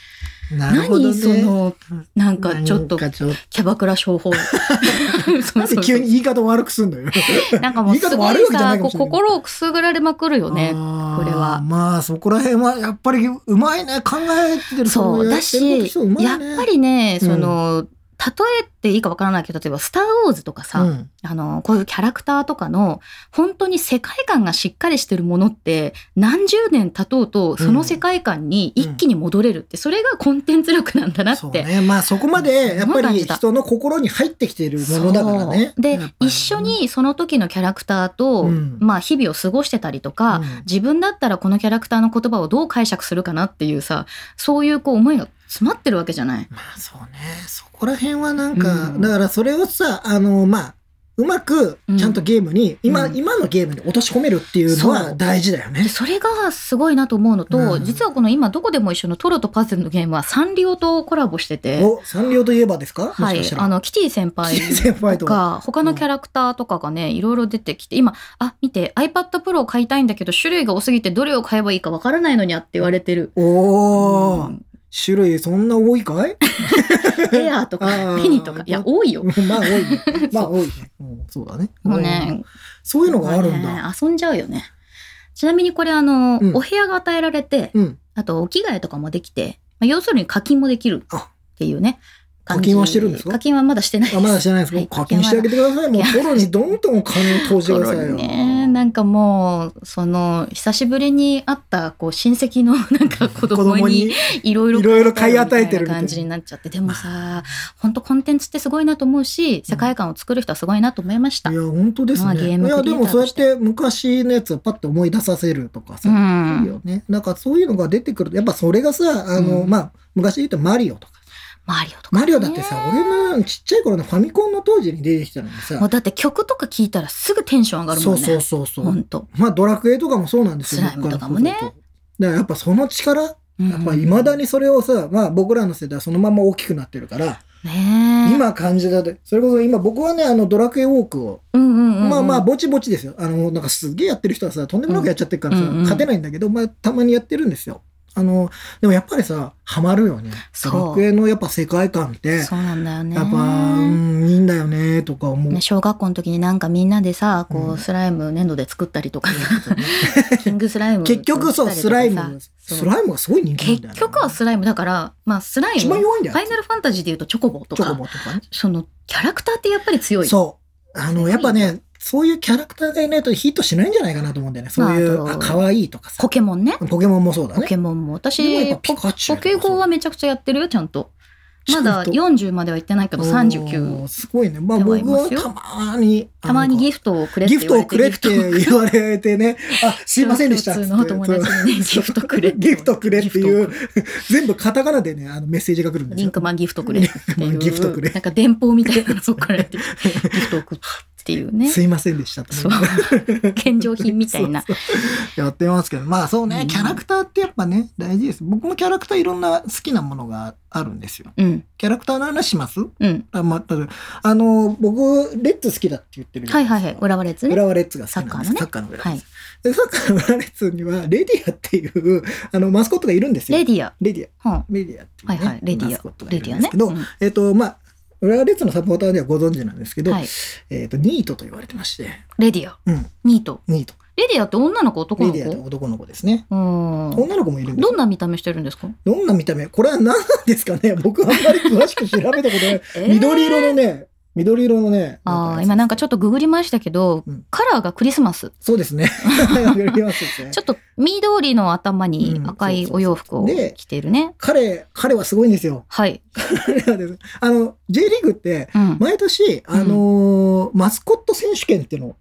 B: なるほどね。
A: 何そのなんかちょっと
B: なんかちょっ
A: キャバクラ商
B: *laughs*
A: 法そうそうそう
B: なんで急に言い方悪くすんだよ。
A: *laughs* なんかもう
B: 言い
A: す
B: 方
A: ご
B: 悪い
A: い
B: わけじゃな
A: さ
B: い
A: こ
B: かも
A: う
B: しれない
A: 心をくすぐられまく
B: *laughs*
A: るよね
B: あー
A: これは
B: まあそこら辺はやっぱりうまいね考えてる
A: そうだし、やっぱ
B: り
A: りね、
B: うん
A: その、例えっていいかわからないけど、例えば、スター・ウォーズとかさ、
B: うん、
A: あの、こういうキャラクターとかの、本当に世界観がしっかりしてるものって、何十年経とうと、その世界観に一気に戻れるって、それがコンテンツ力なんだな
B: そう
A: って。
B: ねまあそこまでやっぱり人の心に入ってきてるものだからね
A: そうで
B: やっぱり
A: 一緒にその時のキャラクターと、
B: うん
A: まあ日々を過ごしてたりとか、
B: うん
A: 自分だったらこのキャラクターの言葉をどう解釈するかなっていうさそういうこう思いが詰まってるわけじゃない。
B: まあそうねそこら辺はなんか、さ、だからそれをさ、あの、まあ、うまく
A: うん
B: ちゃんとゲームに、今、
A: うん
B: 今のゲームに落とし込めるっていうの
A: そ
B: は
A: う
B: 大事だよ
A: で
B: ね。
A: それがすごいなと思うのと、
B: うん
A: 実はこの今どこでも一緒のトロとパズルのゲームはサンリオとコラボしてて、
B: お、サンリオといえばですかも
A: は
B: し
A: い
B: かし、た
A: あ
B: ら。
A: のキティ先輩
B: *laughs* キティ先輩
A: と
B: と
A: か他のキャラクターとかがねいろいろ出てきて今あ見て iPad Pro を買いたいんだけど種類が多すぎてどれを買えばいいかわからないのにゃって言われてる。
B: お
A: う
B: ー、
A: ん
B: 種類そんな多いかい
A: エアーとか
B: あ
A: *laughs*
B: ー
A: ミニとかいや多いよ。
B: まあ多いね。
A: *laughs*
B: まあ多いね。うんそうだね。
A: もうね
B: そういうのがあるんだ。
A: ね遊んじゃうよね。ちなみにこれあの、
B: うん
A: お部屋が与えられて、
B: うん。
A: あとお着替えとかもできて、まあ、要するに課金もできる
B: あ
A: っていうね。感じ
B: 課金はしてるんですか
A: 課金はまだしてないです。
B: あまだ知らないです
A: は
B: け
A: い
B: ど、課金してあげてください。もう
A: いや
B: トロにどんどんお金を投じてくださいよ。
A: ね、なんかもう、その、久しぶりに会った、こう、親戚の、 *laughs* なんか子供に、いろいろ、
B: いろいろ買い与えてるみたいな
A: 感じになっちゃって、でもさ、本当コンテンツってすごいなと思うし、世界観を作る人はすごいなと思いました。
B: いや、本当です
A: まあ
B: ね。
A: ゲー
B: い
A: ムクリ
B: や、
A: エ
B: で
A: イター
B: もそう
A: と
B: や
A: し
B: ってて昔のやつをパッと思い出させるとか
A: う
B: さ、いい
A: ん。
B: よね。なんかそういうのが出てくると、やっぱそれがさ、あ
A: う
B: の、
A: ん
B: まあ、昔で言うとマリオとか。
A: マリオとかね。
B: マリオだってさ、俺のちっちゃい頃のファミコンの当時に出てきたのにさ
A: も、うだって曲とか聴いたらすぐテンション上がるも
B: そ
A: ん
B: う
A: ね。
B: そうそうそう。
A: 本当。
B: まあ、ドラクエとかもそうなんですよ。
A: スライムとかもね
B: 僕らの頃と。だからやっぱその力、や
A: や
B: っぱ未だにそれをさ、まあ僕らの世代はそのまま大きくなってるから、
A: ねえ、
B: 今感じたで、それこそ今僕はね、あのドラクエウォークを
A: うんうんうんうん、
B: まあまあぼちぼちですよあのなんかすげえやってる人はさとんでもなくやっちゃってるからさ、
A: うんうんうん
B: 勝てないんだけど、まあ、たまにやってるんですよあのでもやっぱりさハマるよね
A: そう
B: ドラクエのやっぱ世界観って
A: そうなんだよね。
B: やっぱ、うん、いいんだよねとか思う、
A: ね、小学校の時になんかみんなでさこう、
B: うん
A: スライム粘土で作ったりとか
B: *laughs*
A: さキングスライム
B: *laughs* 結局そうス
A: 作った
B: ラ
A: り
B: イ
A: とかさ
B: ム
A: そう
B: スライムがすごい人気なんだよ、
A: 結
B: ね、
A: 局はスライムだからまあスライ
B: 一
A: ム
B: 番弱いんだ
A: フ
B: よ
A: ァイナルファンタジーでいうとチョコボと
B: チョコ
A: か
B: ボとかね
A: そのキャラクターってやっぱり強い
B: そうあのやっぱねそういうキャラクターがいないとヒットしないんじゃないかなと思うんだよねそういう
A: まああ
B: あ
A: と
B: 可愛いとかさ
A: ポケモンね
B: ポケモンもそうだ
A: ポ
B: ね
A: ケモンも
B: でも
A: 私
B: やっぱ
A: ポ
B: ピカチュ
A: ポ
B: ウとか
A: ケゴーはめちゃくちゃやってるよちゃんとまだ
B: ちゃんと
A: 40まではいってないけど
B: お
A: 39
B: ーすごいね。まあ
A: ではい
B: 僕
A: ま
B: は
A: すよ
B: たまーに。
A: たまにギ
B: フ
A: フトをくれって
B: ギ
A: 言
B: フ
A: わ
B: ト
A: れ
B: を
A: て
B: くれって
A: ギフト
B: 言われてね。あ、
A: *laughs*
B: すいませんでした。
A: 普通のお友達にねギフトくれって
B: *laughs* ギフトくれってい
A: ギ
B: う、全部カタカナでね、あのメッセージが来るんです
A: リン
B: よ
A: ク。マンギフトくれってい
B: リンクマ
A: う。
B: ンギフトくれ
A: なんか電報みたいなの送られ
B: *laughs*
A: て、ギフト送っていうね。
B: すいませんでしたって。
A: そう。献上品みたいな。
B: やってますけど、まあそう
A: う
B: ね
A: ん、
B: キャラクターってやっぱね、大事です。僕もキャラクターいろんな好きなものがあるんですよ。
A: うん。
B: キャラクターの話します
A: うん。
B: あ、まあ、あの、僕、レッツ好きだって言ってるじゃ
A: は
B: ないですか
A: はいはい。浦和レッズね。
B: 浦和レッズが好きなんです
A: サ
B: サ
A: ッ
B: ッカーの浦和
A: は
B: レッ
A: い
B: ズ。。でサッカーの浦和レッズにはレディアっていうあのマスコットがいるんですよ。
A: レディア。
B: レディア。
A: は
B: レディアっていう、
A: は
B: ね
A: いはい。レディ
B: マスコッ
A: ア
B: ト。が
A: レ
B: い
A: ディ
B: るん
A: ア
B: で
A: ね
B: すけ。ど、
A: うん
B: えっ、とまあ浦和レッズのサポーターではご存知なんですけど、
A: はい。
B: えっとニートと言われてまして、
A: レディア。
B: うん、
A: ニート。
B: ニート。
A: レディアって女の子男
B: レ
A: の
B: ディアって
A: 子
B: 男の子ですね。
A: うん。
B: 女の子もいるんです
A: どん
B: よ
A: な見た目してるんですか
B: どんな見た目これは何なんですか
A: *laughs*
B: ね僕はあんまり詳しく調べたことない。緑色のね、緑色のね。
A: ああ、今なんかちょっとググりましたけど
B: うん、
A: カラーがクリスマス。
B: そうです
A: *laughs*
B: ね。緑色ですね
A: ちょっと緑の頭に赤いお洋服を着てるね。
B: 彼、彼はすごいんですよ。 *laughs*
A: はい。
B: 彼はですねあの、J リーグって、
A: うん。
B: 毎年、あのーマスコット選手権っていうのを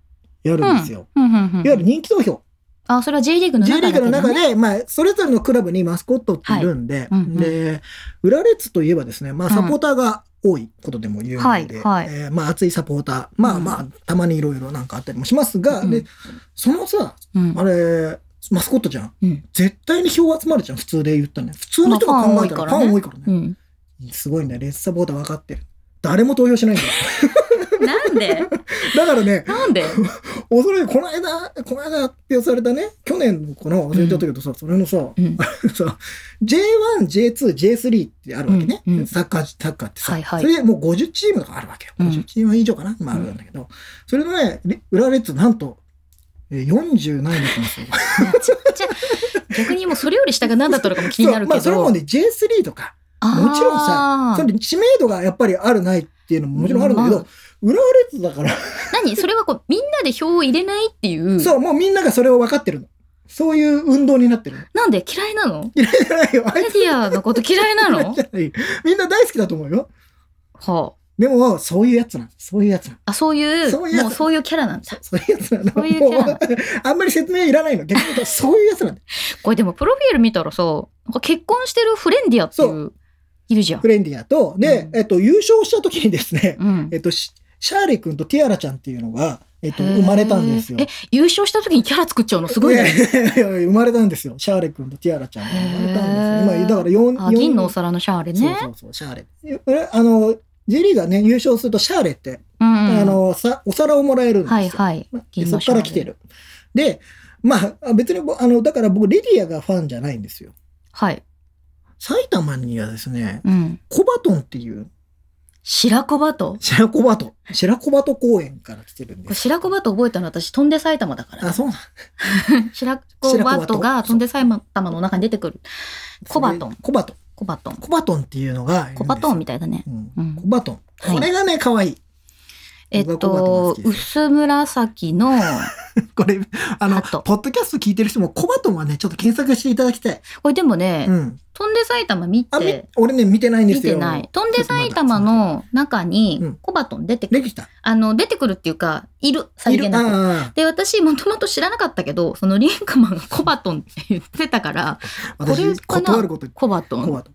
B: やるんですよ。
A: うんうんうんうん
B: いわゆる人気投票。
A: あ、それは J リーグの
B: J
A: 中だ
B: リー
A: け
B: グ
A: ど
B: の中
A: ね。
B: で、まあ、それぞれのクラブにマスコットっているんで、
A: うんうん
B: で、浦和レッズといえばですね、まあ、サポーターが多いことでも有名で、
A: うんはいはい
B: えーまあ、熱いサポーター、まあ
A: うん
B: まあ、たまにいろいろなんかあったりもしますが、
A: うん
B: で、そのさ、
A: うん
B: あれ、マスコットじゃん。
A: うん
B: 絶対に票集まるじゃん、普通で言ったらね。普通の人が考えたら、
A: まあファ
B: ファ
A: ン
B: ン
A: 多
B: 多
A: い
B: いからね。
A: うん。
B: すごいね、レッズサポーター分かってる。誰も投票しないんだよ。
A: なんで
B: だからね、
A: なんで
B: おそらくこの間、この間発表されたね、去年のこの忘れちゃったけどさ、それのさ、
A: うん
B: *laughs* さ、J1、J2、J3 ってあるわけね。
A: うんうん
B: サッカー、サッカーってさ、
A: はいはい
B: それでもう50チームとかあるわけよ。
A: うん
B: 50チーム以上かな、まああるんだけど、それのね、レ浦和レッズなんと、えー40何位だったんですよ。
A: ちっちゃ逆にもうそれより下が何だったのかも *laughs* 気になるけど。
B: そうまあそれもね、J3 とか、もちろん
A: あ
B: さ、
A: ー
B: それで知名度がやっぱりあるないっていうのももちろんあるんだけ
A: うん
B: ど、浦和レッズだから、
A: 何それはこう、みんなで票を入れないっていう。
B: そう、もうみんながそれを分かってるの。そういう運動になってるの。 *laughs*
A: なんで嫌いなの
B: 嫌いじゃないよ。あ
A: メ
B: い
A: デ
B: つ
A: ィアのこと嫌いなの
B: *laughs* じゃないみんな大好きだと思うよ。
A: は
B: でも、そういうやつなんそういうやつなん
A: あ。あ、そういう、
B: そういうやつ
A: もうそういうキャラなんだ。
B: そういうやつなんだ。
A: そういうキャラ
B: もうあんまり説明いらないの。逆に言うと、
A: *laughs*
B: そういうやつなんだ。
A: これでもプロフィール見たらさ、なんか結婚してるフレンディアってい
B: そう
A: いるじゃん
B: フ。レンディアと、で、
A: うん
B: えっと、優勝した時にですね、
A: うん
B: えっと、シシャーリ君とティアラちゃんっていうのが、えっと、生まれたんですよ
A: へー。え、優勝した時にキャラ作っちゃうのすごい
B: や
A: ね。
B: やいや生まれたんですよ。 *laughs* シャーレ君とティアラちゃんが生まれたん
A: へ
B: ですよ。
A: ー
B: 今、だから四
A: あ、
B: 四
A: 銀のお皿のシャーレね。
B: そうそうそう、シャーレ。えあの、J リーがね、優勝するとシャーレって、
A: うんうん
B: あの、さお皿をもらえるんですよ。
A: はいはい。
B: で
A: 銀
B: そ
A: の
B: っ
A: シャー
B: か
A: レ
B: ら来て。る。で、まあ、別に僕、あの、だから僕、リディアがファンじゃないんですよ。
A: はい。
B: 埼玉にはですね、
A: うん。
B: コバトンっていう、
A: 白子バト。
B: 白子バト、白子バト公園から来てるん
A: こ
B: で
A: れ
B: す。
A: 白子バト覚えたの私、飛んで埼玉だから。
B: あ、そうなん
A: 白子バトが飛んで埼玉の中に出てくる。コバトン。
B: コバトン。
A: コバトン。
B: コバトンっていうのがいるんです
A: コ
B: よ。
A: バトンみたいだね。
B: うん
A: うん
B: コバトン。
A: はい
B: これがね、可愛い。
A: えっ
B: 僕はコバト
A: と
B: ンが好き、です
A: 薄紫の、
B: これ、あの、
A: ハト
B: ポッドキャスト聞いてる人も、コバトンはね、ちょっと検索していただきたい。
A: これでもね
B: う、ん。
A: 飛んで埼玉見
B: あ、み
A: て、
B: 俺ね、見てないんで
A: 見
B: すよ。
A: てない。飛んで埼玉の中
B: う
A: に
B: ん
A: コバトン出てくる。
B: できた。
A: あの、出てくるっていうか、いる、さ
B: い
A: り
B: る
A: げ。
B: あ
A: なく。
B: あ
A: で、私、もともと知らなかったけど、そのリンクマンがコバトンって言ってたから、
B: ああ、
A: これ
B: 私、
A: かな
B: 断ること。
A: コバトンって。
B: コバト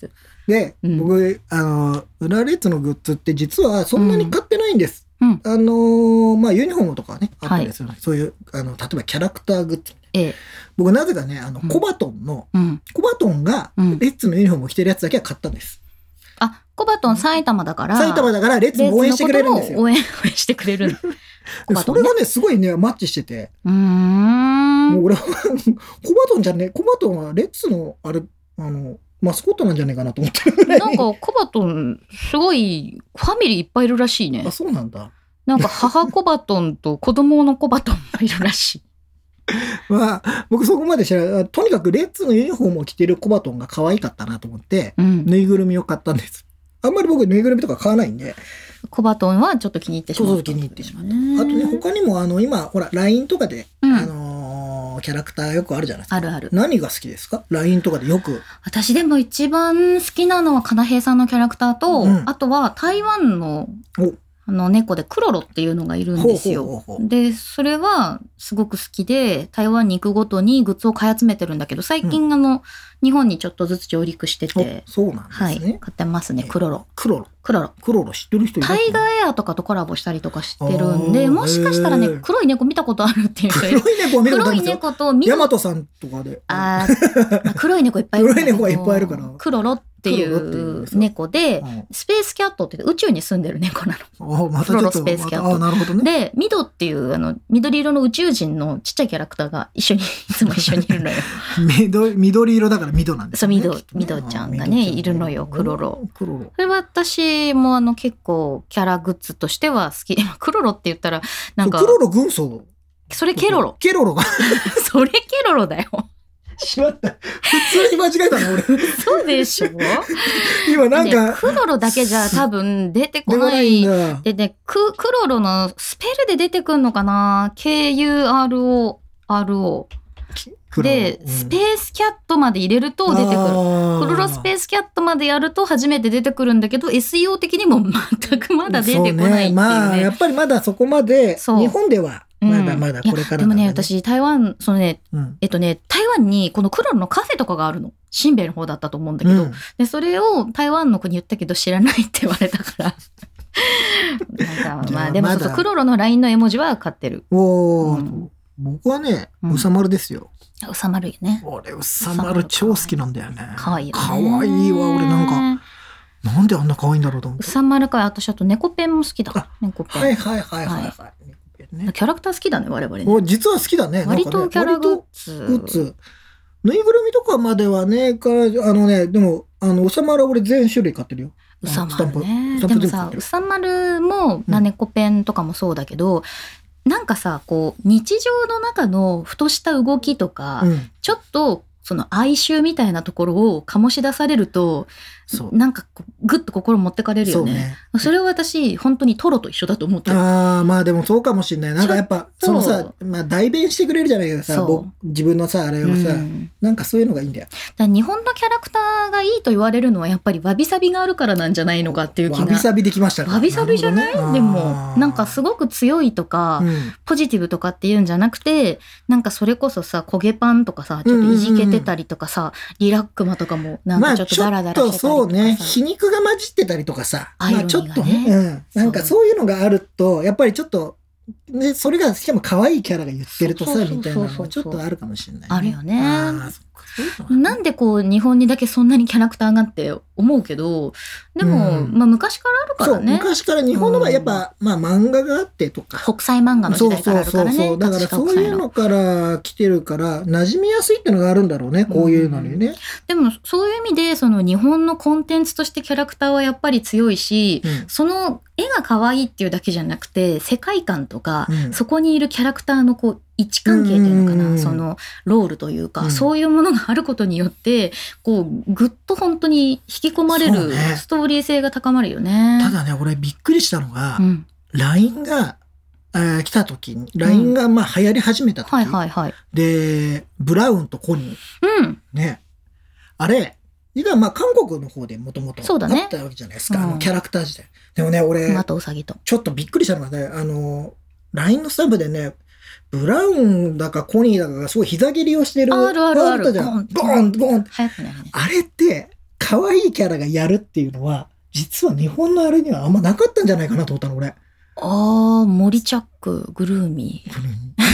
B: で、
A: うん
B: 僕、あの、裏レッズのグッズって実はそんなに買ってないんです。
A: うん
B: あのーまあ、ユニフォームとかはね、あったり
A: はい
B: するので、そういう、あの、例えばキャラクターグッズ。
A: ええ。
B: 僕、なぜかね、あの、
A: うん
B: コバトンの、
A: うん。
B: コバトンが、
A: うん
B: レッツのユニフォームを着てるやつだけは買ったんです。
A: あ、コバトン埼玉だから、
B: 埼玉だからレッツも応援してくれるんです
A: レ
B: よ
A: ッズのことも。応援、 *laughs* 応援してく
B: *laughs*
A: れる。コバト
B: そ
A: ンね
B: れがね、すごいね、マッチしてて、
A: うー
B: も
A: ん。
B: う俺 *laughs* は、コバトンじゃねえ、コバトンはレッツの、あれ、あの、マスコットなんじゃないかなと思ってるぐらい
A: なんか、コバトン、すごい、ファミリーいっぱいいるらしいね
B: あ、。そうなんだ。
A: なんか、母コバトンと子供のコバトンもいるら
B: *laughs*
A: しい。
B: まあ、僕そこまで知らない。とにかくレッツのユニフォームを着てるコバトンが可愛かったなと思って、
A: うん。
B: ぬいぐるみを買ったんです。あんまり僕ぬいぐるみとか買わないんで。
A: コバトンはちょっと気に入ってしまった
B: そうそう気に入ってしま
A: うね
B: あとね、他にもあの、今、ほら、LINE とかで、
A: うん
B: あのーキャラクターよくあるじゃないですか。
A: あるある
B: 何が好きですか ?LINE とかでよく。
A: 私でも一番好きなのはかなへいさんのキャラクターと、
B: うん
A: あとは台湾の
B: お
A: あの猫でクロロっていうのがいるんですよ。
B: ほうほうほうほう
A: でそれはすごく好きで台湾に行くごとにグッズを買い集めてるんだけど最近、あの日本にちょっとずつ上陸してて
B: お、そうなんです
A: はい
B: ね。
A: 買ってますね
B: ええ
A: クロロ
B: クロロ。
A: クロロ。
B: クロロ知ってる人いる
A: タイガーエアとかとコラボしたりとかしてるん
B: あ
A: で
B: ー
A: もしかしたら
B: へ
A: ね
B: ー
A: 黒い猫見たことあるっていう人いる
B: 黒い猫は見たことあ
A: 黒い
B: るんですよ。
A: 猫と緑
B: ヤマトさんとかで。
A: あーまあ黒い猫いっぱいいるんだけど
B: 黒い猫はいっぱいいるから
A: クロロってい
B: クロロっていうんで
A: う
B: すよ
A: 猫で
B: う、ん
A: スペースキャットって言って宇宙に住んでる猫なの。
B: あまたち
A: ク
B: ょ
A: ロ
B: っ
A: ロ
B: と
A: スペースキャット
B: またあなるほどね。
A: で、ミドっていうあの緑色の宇宙人のちっちゃいキャラクターが一緒に、い *laughs* つも一緒にいるの
B: *laughs*
A: よ。
B: 緑緑色だから緑なんですね。
A: そう緑
B: きっとね
A: 緑ちゃんがね
B: あ緑
A: いるのよクロロ。
B: クロロ。
A: それは私もあの結構キャラグッズとしては好き。 *laughs* クロロって言ったら、なんか
B: そう、クロロ軍曹。
A: それケロ
B: *laughs*
A: ロ。。
B: ケロロが。
A: それケロロだよ。
B: しまった。普通に間違えたの俺。
A: そうでしょ
B: *laughs* 今なん
A: で
B: か。
A: クロロだけじゃ多分出てこ
B: でも
A: な
B: ないん
A: い
B: だ。
A: でね、ククロロのスペルで出てくんのかな ?KURORO。
B: クロロ
A: で、
B: うん
A: スペースキャットまで入れると出てくる。
B: あー
A: クロロスペースキャットまでやると初めて出てくるんだけど、SEO 的にも全くまだ出てこないっていうね。
B: そうまあ、やっぱりまだそこまで、
A: そう
B: 日本では、
A: うん
B: まだまだこれから
A: でも
B: なんだ
A: ね、私、台湾、そのね、
B: うん。
A: えっとね、台湾にこのクロロのカフェとかがあるの。新兵衛の方だったと思うんだけ
B: う
A: ど、
B: ん
A: で、それを台湾の子に言ったけど知らないって言われたから。なんか、まあ、でも
B: じゃあまだ
A: そうそう、クロロの LINE の絵文字は買ってる。
B: お
A: う
B: ー
A: ん
B: 僕はね、
A: うん
B: うさまるですよ。
A: 収まるよね。
B: 俺、うさまる超好きなんだよね。
A: 可愛いよ、ね。
B: 可愛いわ、俺なんか。
A: か。
B: なんであんな可愛いんだろうと思っ
A: う
B: て。
A: さまるかい、私あと猫ペンも好きだ
B: あ。
A: 猫ペン、
B: はいはいはいはいは
A: キ
B: い。
A: ャラクター好きだね、我々ね。
B: お実は好きだね。なんかね
A: 割とキャラグッズ。
B: 割とグッズ。ぬいぐるみとかまではね、からあのね、でも、あの、うさまるは俺全種類買ってるよ。
A: うさまるね。
B: スタ
A: でもさ
B: ンプスタンプ全部買って、る
A: うさまるも、まあ、猫ペンとかもそうだけど、なんかさ、こう、日常の中のふとした動きとか、
B: うん。
A: ちょっと、その哀愁みたいなところを醸し出されると、
B: そう。
A: なんかこう、ぐっと心持ってかれる
B: そ
A: よ
B: う
A: ね。
B: ね。
A: それは私、本当にトロと一緒だと思ってる。
B: ああ、まあでもそうかもしれない。なんかやっぱ、
A: ち
B: そ
A: ょ
B: の
A: っと
B: さ、まあ代弁してくれるじゃないけどさ、
A: そう
B: 僕自分のさ、あれを
A: う
B: さ、
A: ん
B: なんかそういうのがいいんだよ。
A: だから日本のキャラクターがいいと言われるのはやっぱりわびさびがあるからなんじゃないのかっていう気が。
B: わびさびできましたか
A: わびさびじゃない
B: るほどね
A: でもなんかす
B: あ
A: ごく強いとか、
B: ーうん
A: ポジティブとかっていうんじゃなくてなんかそれこそさ焦げパンとかさちょっといじけてたりとかさ、リラックマとかもなん
B: ま
A: か
B: あ
A: ちょっと
B: ちょ
A: ダラ
B: っ
A: ダラして
B: と
A: たりとかさ。
B: そうね、皮肉が混じってたりとかさ、
A: アイ
B: ま
A: ロ
B: あ
A: ニ
B: ちょ
A: ー
B: っ
A: がね
B: とね、うん、なんかそういうのがあると、やっぱりちょっと、で、それがしかも可愛いキャラが言ってると
A: そ
B: さ、
A: うそうそうそう
B: みたいなのもちょっとあるかもしれない、
A: あるよね
B: ああ、そっかそういうのはね
A: なんでこう日本にだけそんなにキャラクターがって思うけどでも、
B: うん
A: まあ、昔からあるか
B: そ
A: ら
B: う、
A: ね
B: 昔から日本の場合、
A: うん
B: やっぱ、まあ漫画があってとか。
A: 国際漫画の時
B: そう
A: 代か
B: そ
A: らあるから
B: うそう
A: ね
B: そう。だから
A: 葛飾
B: そう
A: 北斎
B: いう
A: の
B: のから来てるから、馴染みやすいってのがあるんだろうね、こういうのにね。
A: でもそういう意味でその日本のコンテンツとしてキャラクターはやっぱり強いし、
B: うん
A: その絵が可愛いっていうだけじゃなくて世界観とか、
B: うん
A: そこにいるキャラクターのこう位置関係というのかな、
B: うんうんうん
A: そのロールというか、
B: うん
A: そういうものがあることによってこうぐっと本当に引き込まれ
B: そう
A: る
B: ね
A: ストーリー性が高まるよね。
B: ただね、俺びっくりしたのが
A: う、ん、
B: LINE が、えー来た時に、LINE がまあ流行り始めた時、
A: はいはいはい。
B: で、ブラウンとコニー、
A: うん、
B: ね。あれ、実はまあ韓国の方でもともと
A: そうだね
B: あったわけじゃないですか、
A: うん
B: あのキャラクター自体。でもね、俺、
A: あとウサギと。
B: ちょっとびっくりしたのがね、あの、LINE のスタンプでね、ブラウンだかコニーだかがすごい膝蹴りをしてる。
A: あるあるある
B: ったじゃん。
A: ゴ
B: ゴ
A: ン
B: ン、ゴン。
A: 早くないね。
B: あれって、可愛いキャラがやるっていうのは、実は日本のあれにはあんまなかったんじゃないかなと思ったの、俺。
A: ああ、森チャック、グルーミー。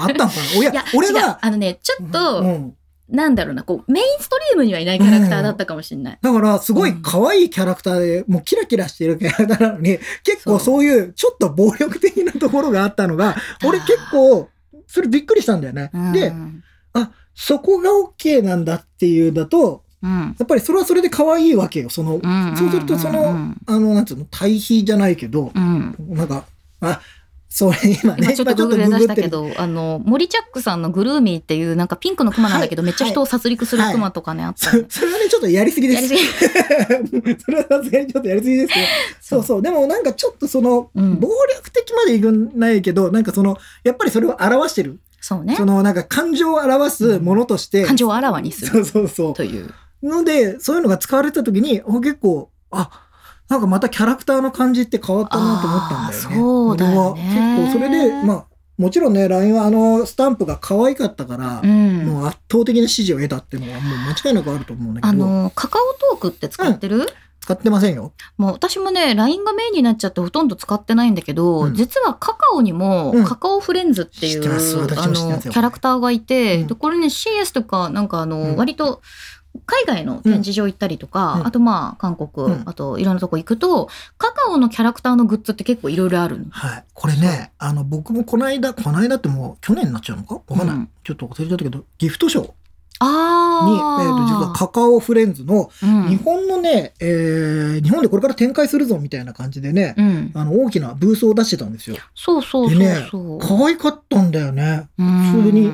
B: あったんかなおや
A: *laughs* いや、
B: 俺
A: 違う
B: が。
A: あのね、ちょっと、
B: うん
A: なんだろうな、こう、メインストリームにはいないキャラクターだったかもしれない。
B: だから、すごい可愛いキャラクターで、もうキラキラしてるキャラクターなのに、結構そういうちょっと暴力的なところがあった
A: *laughs*
B: のが、俺結構、それびっくりしたんだよね。
A: うん、
B: で
A: う、ん、
B: あ、そこが OK なんだっていうだと、
A: うん、
B: やっぱりそれはそれで可愛いわけよ。その、そうするとその
A: うん
B: あの、なんつうの、対比じゃないけど、
A: うん。
B: なんか、あ、それ今ね、
A: 今ちょっとググれ
B: 今
A: 出
B: ち
A: し
B: ょったと
A: けど、あの、森チャックさんのグルーミーっていう、なんかピンクのクマなんだけど、
B: はい
A: めっちゃ人を殺戮するクマとかね、あったよね。
B: そそれはね、ちょっとやりすぎで
A: やりす。
B: す
A: ぎ。
B: *laughs* それはさすがにちょっとやりすぎですけど。そうそう。でもなんかちょっとその、
A: うん
B: 暴力的までいくんないけど、なんかその、やっぱりそれを表してる。
A: そうね
B: そ。の、なんか感情を表すものとして。
A: 感情をあらわにす
B: そ
A: る
B: うそうそ
A: という。
B: う。ので、そういうのが使われた時に、あ結構、あ、なんかまたキャラクターの感じって変わったなと思ったんだよね。
A: あーそうだよね
B: 俺は結構、それで、まあ、もちろんね、LINE はあの、スタンプが可愛かったから、
A: うん。
B: もう圧倒的な支持を得たっていうのはもう間違いなくあると思うんだ
A: あ
B: けど、
A: の、カカオトークって使ってる、
B: 使ってませんよ。
A: もう私もね、LINE がメインになっちゃってほとんど使ってないんだけど、
B: うん
A: 実はカカオにも、
B: うん
A: カカオフレンズってい
B: 知っ
A: う、
B: てます
A: あ
B: 私も知ってま
A: の、
B: す
A: キ
B: よ
A: ャラクターがいて、
B: うん
A: でこれね、CS とか、なんかあの、
B: うん
A: 割と、海外の展示場行ったりとか、
B: うん
A: あとまあ、韓国、
B: うん
A: あといろんなとこ行くと、カカオのキャラクターのグッズって結構いろいろあるの。
B: はい。これね、あの、僕もこの間、この間ってもう去年になっちゃうのかわかんない、
A: うん
B: ちょっと忘れちゃったけど、ギフトショーに、え
A: ああ。
B: ーと実はカカオフレンズの、
A: うん
B: 日本のね、えー日本でこれから展開するぞみたいな感じでね、
A: うん。
B: あの、大きなブースを出してたんですよ。
A: そうそうそうそう。
B: 可愛かったんだよね。
A: うん
B: 普通に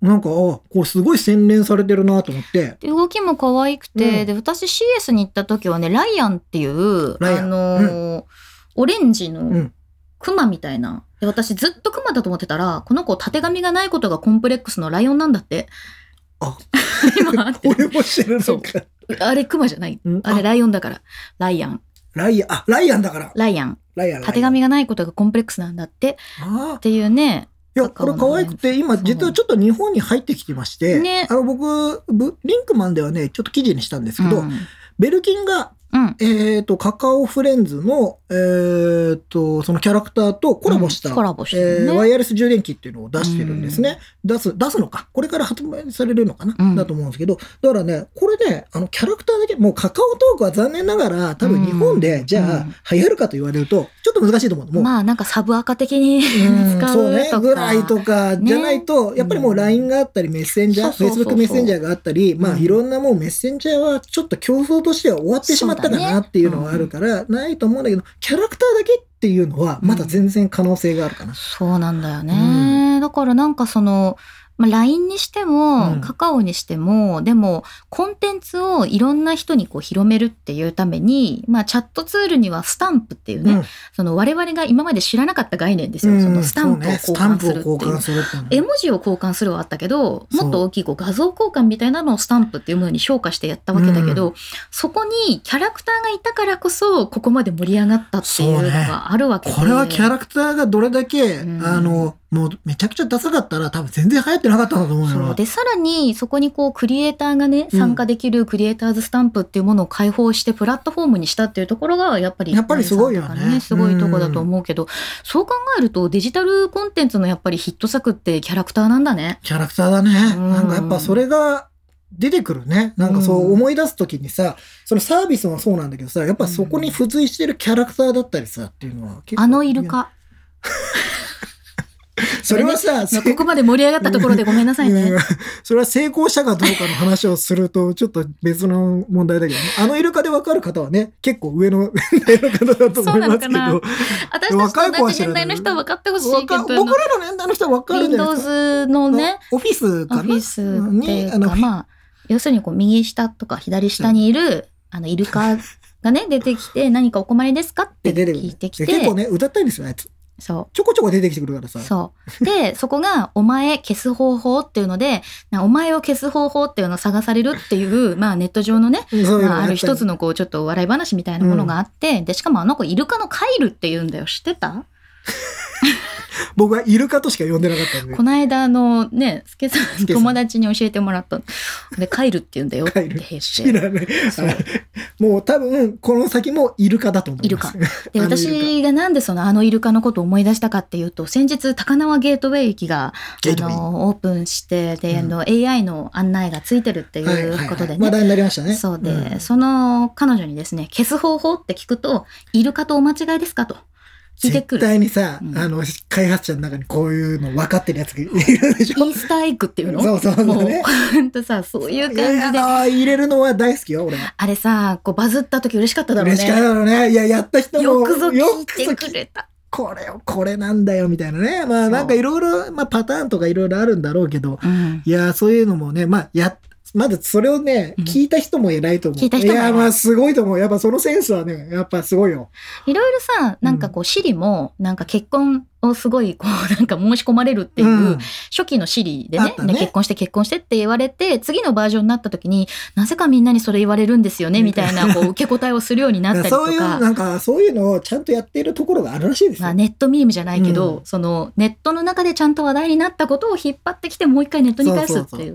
B: なんか、あ、これすごい洗練されてるなと
A: *laughs*
B: 思って。
A: で動きも可愛くて、
B: うん
A: で私 CS に行った時はねライアンっていう
B: ライアン
A: あのーオレンジ
B: う
A: の
B: ん
A: クマみたいなで私ずっとクマだと思ってたらこの子たてがみがないことがコンプレックスのライオンなんだって
B: あ、
A: 今あって
B: *laughs* これも知らな
A: そ
B: いうか。
A: あれクマじゃない
B: うん
A: あれライオンだからライアン
B: ライアン、あ、ライアンだから。
A: ライアン
B: ライアン。
A: たてがみがないことがコンプレックスなんだって
B: ライアン。ああ
A: っ。ていうね
B: いや、
A: カ
B: こ
A: カオ
B: れ
A: のね
B: 可愛くて、今
A: そう
B: 実はちょっと日本に入ってきてまして、
A: ね
B: あの僕、ブリンクマンではね、ちょっと記事にしたんですけど、
A: うん
B: ベルキンが、
A: うん
B: えっ、と、カカオフレンズの、えっ、と、そのキャラクターとコラボした、
A: うんコラボして
B: え
A: るね
B: ーワイヤレス充電器っていうのを出してるんですね。出す、出すのか。これから発売されるのかな、
A: うん
B: だと思うんですけど、だからね、これね、あの、キャラクターだけ、もうカカオトークは残念ながら、多分日本
A: う
B: で
A: ん、
B: じゃあ、流行るかと言われると、ちょっと難しいと思うの。もう
A: まあなんかサブアカ的に *laughs*
B: うん
A: 使
B: そう
A: う
B: ね
A: と
B: ぐ
A: から
B: いとかじゃないと、
A: ね
B: やっぱりもう LINE があったりメッセンジャー
A: そうそうそうそう
B: Facebook メッセンジャーがあったり、ま
A: う
B: あ
A: ん
B: いろんなもうメッセンジャーはちょっと競争としては終わってしまったか
A: そうだね
B: なっていうのはあるから、ないと思うんだけどキャラクターだけっていうのはまだ全然可能性があるかな。
A: そうなんだよね。だからなんかその、まあ、LINE にしても、
B: うん
A: カカオにしても、でも、コンテンツをいろんな人にこう広めるっていうために、まあ、チャットツールにはスタンプっていうね、
B: うん
A: その我々が今まで知らなかった概念ですよ。
B: うん
A: そのスタンプを交換する
B: そうねスタン
A: ってい
B: プを交
A: う
B: 換。するっていうの
A: 絵文字を交換するはあったけど、
B: そう
A: もっと大きいこう画像交換みたいなのをスタンプっていうものに昇華してやったわけだけど、そこにキャラクターがいたからこそ、ここまで盛り上がったっていうのがあるわけで。
B: これはキャラクターがどれだけ、
A: うん
B: あのもうめちゃくちゃダサかったら多分全然流行ってなかったんだと思う
A: そう
B: よ。
A: でさらにそこにこうクリエイターがね
B: うん
A: 参加できるクリエイターズスタンプっていうものを開放してプラットフォームにしたっていうところがやっぱり
B: やっぱりすごいよね
A: ナミさんとかすごいとこだと思うけど、そう考えるとデジタルコンテンツのやっぱりヒット作ってキャラクターなんだね。
B: キャラクターだね。
A: うん
B: なんかやっぱそれが出てくるね。なんかそう思い出すときにさ、そのサービスもそうなんだけどさ、やっぱそこに付随してるキャラクターだったりさっていうのは結構
A: あのイル。カ、
B: それはさ、
A: まあここまで盛り上がったところでごめんなさいね
B: うん。それは成功したかどうかの話をすると、ちょっと別の問題だけどね。あのイルカでわかる方はね、結構上の年代の方だと思いますけ
A: そうなの
B: ど。
A: 私たちと同じ年代の人は分かってほしい
B: わ
A: け
B: か
A: ど、
B: 僕らの年代の人はわかるんじゃないですか。
A: Windows のね、
B: オフィス
A: オ
B: か
A: フ
B: な
A: ィスっていう
B: にあの
A: か、まあ、要するにこう右下とか左下にいる、あの、イルカがね、 *laughs* 出てきて、何かお困りですかって
B: 出てくる
A: 聞いてき
B: で結
A: て
B: 構、ね、歌ったりですよ、あいつ。
A: そ
B: ちょこちょこ出てきてくるからさ
A: う。。そう。で、そこが、お前消す方法っていうので、なお前を消す方法っていうのを探されるって
B: *laughs*
A: いう、まあ、ネット上のね、
B: うんそういう
A: まあ、
B: のが
A: あ
B: や
A: る
B: っぱり
A: 一つのこう、ちょっと笑い話みたいなものがあって、で、しかもあの子、イルカのカイルって言うんだよ。知ってた
B: 僕はイルカとしか呼んでなかったんで
A: こ。の間あのね、スケさん
B: スケさん
A: 友達に教えてもらったので、カイルって言うんだよって
B: カイル
A: 平
B: 知
A: 成。
B: らない
A: そう
B: もう多分、この先もイルカだと思います。イルカ。
A: で
B: あのイルカ
A: 私がなんでそのあのイルカのことを思い出したかっていうと先日高輪ゲートウェイ駅が
B: ゲー
A: あ
B: トウェイ
A: のオープンしてで、あの AI の案内がついてるっていうことでね。
B: 話題になりましたね。
A: そうで、
B: ん
A: その彼女にですね消す方法って聞くとイルカとお間違いですかと聞いてく
B: 絶
A: る
B: 対にさ、
A: うん
B: あの、開発者の中にこういうの分かってるやつがいるでしょ
A: イースターエッグっていうの
B: そうそうそう
A: もう
B: ね
A: ほんとさそういう感
B: い
A: じで
B: やあー入れるのは大好きよ、俺は。
A: あれさこうバズった時嬉しかっただろう
B: 嬉しかった
A: ね。
B: だろうね。いや、やった人も。
A: よくぞ
B: よ
A: 聞い
B: く
A: て
B: ぞ
A: く
B: 聞い
A: れた。
B: これを、これなんだよ、みたいなね。ま
A: そ
B: あ、
A: う
B: なんかいろいろ、まあ、パターンとかいろいろあるんだろうけど、
A: うん
B: いやー、そういうのもね、まあ、や、まずそれをね、
A: うん
B: 聞いた人も偉いと思う。
A: 聞いた人も偉い
B: やー、まあ、すごいと思う。やっぱそのセンスはね、やっぱすごいよ。
A: いろいろさ、なんかこう、シリも、なんか結婚をすごい、こう、 *laughs* なんか申し込まれるっていう、
B: うん
A: 初期のシリで
B: あ
A: ね
B: ったね
A: で結婚して結婚してって言われて、次のバージョンになった時に、なぜかみんなにそれ言われるんですよね、みたい
B: *laughs*
A: な、こう、受け答えをするようになったりと
B: そういう、
A: か。
B: なんか、そういうのをちゃんとやっているところがあるらしいですよ。
A: まあ、ネットミームじゃないけど、
B: うん
A: そのネットの中でちゃんと話題になったことを引っ張ってきてもう一回ネットに返すっていう
B: そうそう
A: い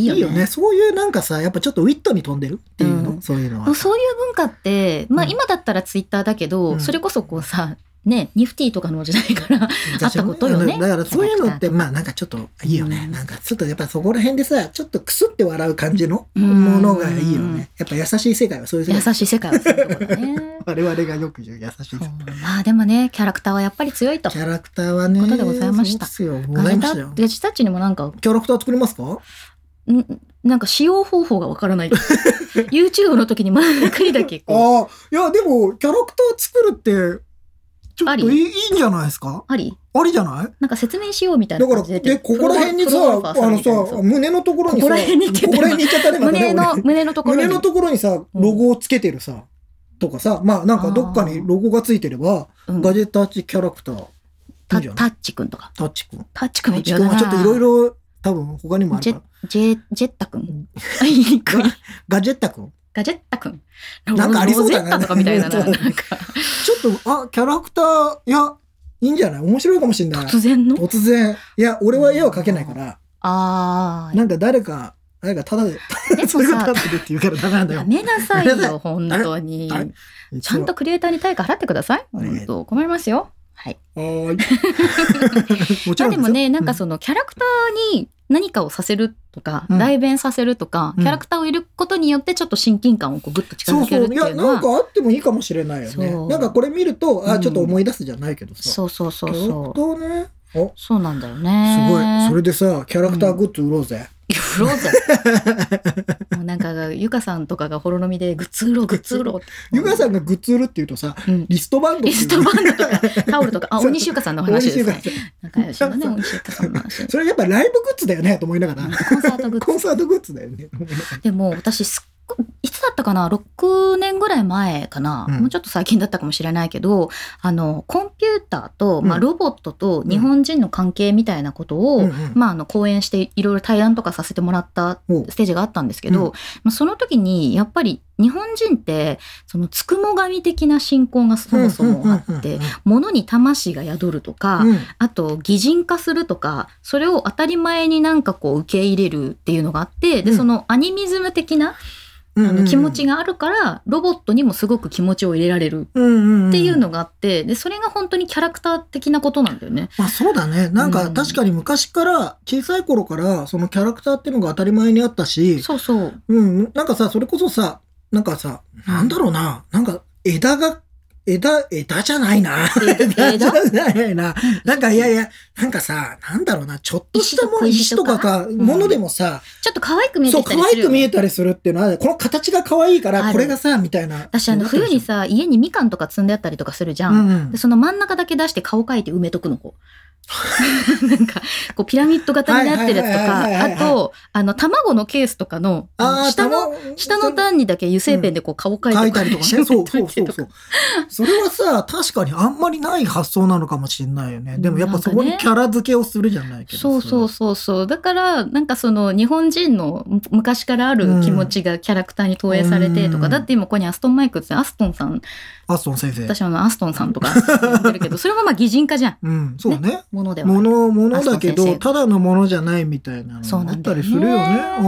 A: い
B: い
A: よ
B: い
A: ね
B: よね。そういうなんかさ、やっぱちょっとウィットに飛んでるっていうの、
A: うん
B: そういうの
A: もう
B: は。
A: そういう文化って、まあ、
B: うん
A: 今だったらツイッターだけど、
B: うん
A: それこそこうさねニフティとかの時代
B: *laughs*
A: からあったことよね
B: だからそういう
A: キャ
B: のっ
A: ラクター
B: て、まあなんかちょっといいよね。
A: うん
B: なんかちょっとやっぱそこら辺でさ、ちょっとクスって笑う感じの
A: うん
B: ものがいいよね。やっぱ優しい世界はそういう世
A: 優
B: 界。
A: しい世界をするとこだね。
B: 我々がよく言う優しい
A: そう
B: 世界。
A: まあでもねキャラクターはやっぱり強いと
B: キャラクターはね。
A: ことでございました
B: そうですよ。ご
A: ガ
B: ざい
A: ジェ
B: ま
A: タ
B: したよ
A: ッ。ガジェタッチにもなんかん
B: キャラクター作りますか
A: なんか使用方法がわから
B: *laughs*
A: ない YouTube の時に真ん中にだけ
B: あ
A: こう
B: あ、いや、でも、キャラクター作るって、ちょ
A: あ
B: っ
A: り
B: といいいいんじゃないですか
A: あり
B: ありじゃない
A: なんか説明しようみたい
B: だ
A: な
B: から、
A: 感じで
B: で、ここら辺にさ、あのさ、胸のところにさ、
A: ここら辺にって言って
B: ここら辺に行っちゃったね、またね
A: 胸の
B: 俺
A: 胸のところに
B: 胸のところにさ、ロゴをつけてるさ、とかさ、まあなんかどっかにロゴがついてれば、
A: うん
B: ガジェタッチキャラクター、いい
A: タ
B: んじゃ
A: タ
B: ない
A: ッチくんとか
B: タッチくん。
A: タッチく
B: タ
A: ん
B: ッ
A: も
B: チくんはちょっといろいろ、多分他にもあ
A: ジ
B: る
A: ェ
B: か
A: ジェジェッタくんあ言いにくい
B: ら。ガジェッタくん。
A: ガジェッタくん
B: なんかありそうだね
A: ロゼッタとかみたいなな
B: *laughs* そう
A: なんか
B: ちょっと、あ、キャラクター、いや、いいんじゃない面白いかもしれない。
A: 突然の
B: 突然。いや、俺は絵は描けないから、
A: ああ
B: なんか誰か、誰かただで、
A: でも
B: それが
A: さ
B: ただでって言うからダメなんだ
A: や
B: よ。
A: めなさい
B: やめなさ
A: よ、本当に。
B: あれいつ
A: ちゃ
B: も
A: んとクリエイターに対価払ってください。
B: お願い
A: 本当困りますよ。はい。*laughs*
B: はーいもち
A: ま
B: ろ
A: あで
B: ん
A: もね、なんか
B: う。
A: そのキャラクターに何かをさせるとか、
B: うん
A: 代弁させるとか、
B: うん
A: キャラクターをいることによってちょっと親近感をこうグッと近
B: そう
A: づ
B: そ
A: けるっ
B: う。
A: て
B: い
A: い
B: や、
A: うの
B: な
A: は。
B: んかあってもいいかもしれないよ
A: そう
B: ね。なんかこれ見ると、
A: う
B: あ、
A: ん
B: ちょっと思い出すじゃないけどさ。
A: そうそうそう
B: キャラ
A: そ
B: ク
A: う
B: タ。ーね。あ、すご
A: そうなんだよね。
B: い。それでさ、キャラクターグッズ売ろうぜ。
A: いや売ろう
B: *laughs*
A: ぜ。もうなんか、ゆかさんとかがほろのみで、グッズ売ろう、グッズ売ろうって。
B: ゆかさんがグッズ売るって言うとさ、
A: うん
B: リストバンドってい
A: リ
B: う
A: ストバンドと
B: *laughs*
A: か、タオルとか、あ、
B: そう
A: 大西ゆかさんの
B: 大
A: 話
B: 西
A: で
B: ゆ
A: す
B: か
A: ね。
B: さ
A: 仲良しの
B: ん
A: ね、大西ゆかさんの話。
B: *laughs* それやっぱライブグッズだよねと思いながら
A: コンサートグッズ
B: コンサートグッズだよね
A: でも私すっごいいつだったかな6年ぐらい前かな、
B: うん
A: もうちょっと最近だったかもしれないけどあのコンピューターと、まあ、
B: うん
A: ロボットと日本人の関係みたいなことを、
B: うんうん
A: まあ、あの講演していろいろ対談とかさせてもらった
B: おう
A: ステージがあったんですけど、
B: うん
A: まあ、その時にやっぱり日本人ってそのつくも神的な信仰がそもそもあ
B: うん
A: っ
B: うんうんう
A: て
B: ん
A: 物に魂が宿るとか、
B: うん
A: あと擬人化するとかそれを当たり前になんかこう受け入れるっていうのがあってで、
B: うん
A: そのアニミズム的な
B: う
A: あ
B: んうん
A: の気持ちがあるからロボットにもすごく気持ちを入れられる
B: っ
A: っていうのがあってでそれが本当にキャラクター的なことなんだよね。
B: まあそうだね。なん
A: う
B: か
A: ん
B: 確かに昔から、小さい頃から、そのキャラクターっていうのが当たり前にあったし、
A: そうそう
B: うん、なんかさ、それこそさ、なんかさ、なんだろうな、なんか枝が、枝、枝じゃないな。
A: 枝
B: *laughs* 枝じゃないな。なんかいやいや、なんかさ、なんだろうな、ちょっとしたもの、
A: 石
B: 石
A: と
B: と
A: か
B: かか、
A: ん
B: ものでもさ、
A: ちょっと可愛く見え
B: そ
A: てき
B: う、可
A: たりす
B: 愛
A: る
B: く
A: よ
B: 見
A: ね
B: えたりするっていうのは、この形が可愛いか
A: あ
B: ら、
A: る
B: これがさ、みたいな。
A: 私あの冬にさ家にみかんとか積んであったりとかするじゃ
B: うん
A: ん。
B: うん
A: でその真ん中だけ出して顔描いて埋めとくの
B: *laughs*
A: こう。なんかこうピラミッド型になってるやつと
B: はいはいはいはい
A: かあ
B: はい
A: とあの卵のケースとかのあの
B: あー
A: 下の
B: たま
A: 下の段にだけ油性ペンでこう顔描
B: 書
A: い
B: い
A: て
B: たりとかね。そうそうそうそう。それはさ、確かにあんまりない発想なのかもしれないよね。でもやっぱそこ
A: なん
B: に
A: かね
B: キャラ付けをするじゃないけど。
A: そうそうそうそうだからなんかその日本人のむ昔からある気持ちがキャラクターに投影されてとか、
B: うん
A: だって今ここにアストンマイクってアストンさん
B: アストン先生。
A: 私はあのアストンさんとか言ってるけどそれはまあ擬人化じゃん
B: うん、そうね。
A: ものでは
B: もの、ものだけ
A: アストン先
B: ど、
A: 生
B: ただのものじゃないみたいな
A: そう
B: の
A: な
B: があ
A: ん
B: っ
A: だ
B: た
A: よね
B: りするよね。ああ、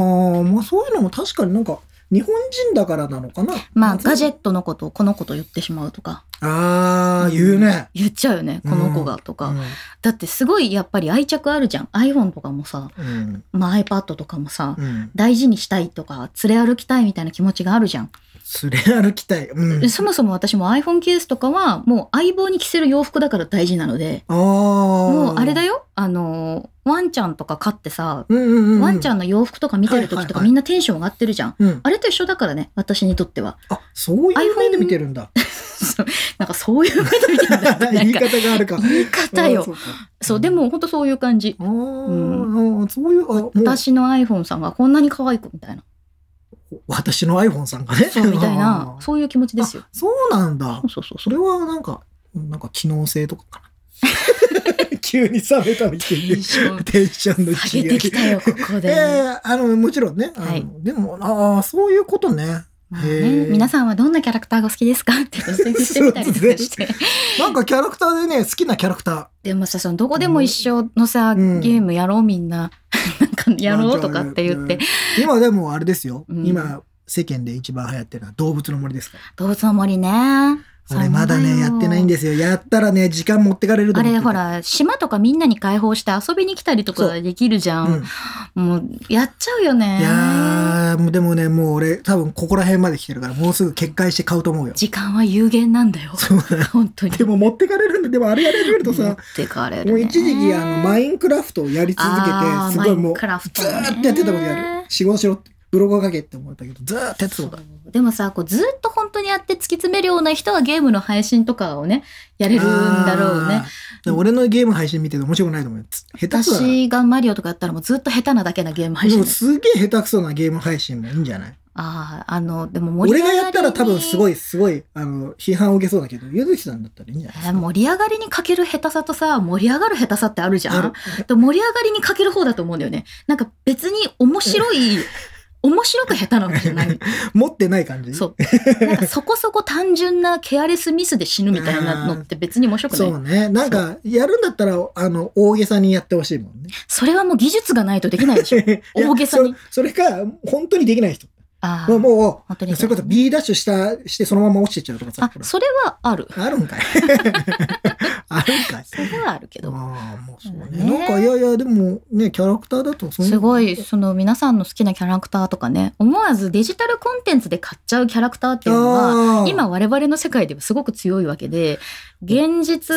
B: まあそういうのも確かになんか、日本人だからなのかな。
A: まあガジェ
B: ッ
A: ットのことをこの子と言ってしまうとか
B: ト。ああ、言うね。
A: 言っちゃうよねこの子がとか、
B: う
A: だってすごいやっぱり愛着あるじゃん iPhone とかもさ、
B: ん。うん。
A: まあ、iPad とかもさ、
B: うん。
A: 大事にしたいとか連れ歩きたいみたいな気持ちがあるじゃん、
B: すれ歩きたい。うん
A: で。そもそも私も iPhone ケースとかはもう相棒に着せる洋服だから大事なので
B: ああ。も
A: もうあれだ
B: よ。
A: よあのワンちゃんとか飼ってさ、
B: うんうんうん。
A: ワンちゃんの洋服とか見てる時
B: は
A: と
B: いはい
A: か
B: はい
A: みんなテンション上がってるじゃん、
B: うん。
A: あれと一緒だからね私にとっては
B: あ、そういう目で見てるんだ。
A: そうなんかそういう目で見てるんだってな
B: 言
A: ん
B: い
A: か
B: 方があるか。
A: 言い方よ
B: あ。そうか
A: そうで。も本当そういう感じ
B: あー
A: ん
B: あー、そういう、あ、もう、
A: 私の iPhone さんがこんなに可愛くみたいな
B: 私の iPhone さんがね。
A: そうみたいな
B: あー
A: そういう気持ちですよ
B: あそうなんだ
A: そう。そうそう
B: それはなんか、なんか機能性とかかな。 *laughs* 急に冷めたみた
A: テ
B: い
A: ン
B: に。
A: ション
B: テンションの
A: 上げてきたよここ
B: え
A: で、
B: えあの、もちろんね。あの
A: はい
B: でも、ああ、そういうことね。
A: まあね
B: へー
A: 皆さんはどんなキャラクターがお好きですかって突然してみたりとかして
B: なんかキャラクターでね、好きなキャラクター。
A: でもさそのどこでも一緒のさ、
B: うん
A: ゲームやろうみんな *laughs* なんかやろうとかって言って
B: うん。今でもあれですよ。
A: うん
B: 今、世間で一番流行ってるのは動物の森ですから。
A: 動物の森ねそ
B: 俺まだね、やってないん
A: で
B: ですよ。やったらね、時間持ってかれると
A: あ
B: 思って
A: れ
B: る
A: ほ。ら島とかみんなに開放して遊びに来たりと
B: そ
A: かできるじゃ
B: うん
A: ん、もうやっちゃうよね
B: いやー、でもね、もう俺、多分ここら辺まで来てるから、もうすぐ決壊して買うと思うよ。
A: 時間は有限なんだよ
B: そう
A: 本当に
B: でも持ってかれるんで、でもあれやれると
A: 持
B: さ
A: っ、てかれるね
B: もう一時期、あの、マインクラフトをやり続け
A: あー
B: て、すごい
A: マイ
B: も
A: ン
B: う、
A: クラフト
B: ず
A: ね
B: ーっとやってたことやる。仕事しろって、ブログを書けって思ったけど、ずーっとやってたことある
A: そうでもさこうずっと本当にやって突き詰めるような人はゲームの配信とかをねやれるんだろうね
B: あー。でも俺のゲーム配信見てて面白くないと思うよ。つ下手くそだな。
A: 私がマリオとかやったらもうずっと下手なだけなゲーム配
B: で
A: 信
B: も
A: です
B: すげえ下手くそなゲーム配信もいいんじゃない
A: あああのでも盛り上
B: 俺が
A: がりに
B: やったら多分すご
A: い
B: い、すごい、あの、批判を受けそうだけど、ゆずきさんだったらいいんじゃないですか。
A: 盛り上がりにかける下手さとさ盛り上がる下手さってあるじゃ
B: あ
A: ん
B: る
A: で盛り上がりにかける方だと思うんだよねなんか別に面白
B: *laughs*
A: い面白く下手なわけじゃない
B: 持ってない感じ
A: そうなんかそこそこ単純なケアレスミスで死ぬみたいなのって別に面白くない
B: そうね。なんか、やるんだったら、あの、大げさにやってほしいもんね。
A: それはもう技術がないとできないでしょ
B: いや
A: *laughs* 大げさに
B: それ。それか、本当にできない人。
A: ああ
B: もう、も
A: 本当
B: う
A: に
B: それこそ B ダッシュした、してそのまま落ちてっちゃうとかさ
A: あ。 *laughs*
B: ほら
A: それはある
B: ある
A: *laughs*
B: んかい。あるんかい。
A: それはあるけど
B: ああ、もうそうね。
A: ね
B: なんか、いやいや、でも、ね、キャラクターだとそんな
A: すごいその皆さんの好きなキャラクターとかね思わずデジタルコンテンツで買っちゃうキャラクターっていうのは
B: あー
A: 今我々の世界ではすごく強いわけで現
B: そう
A: 実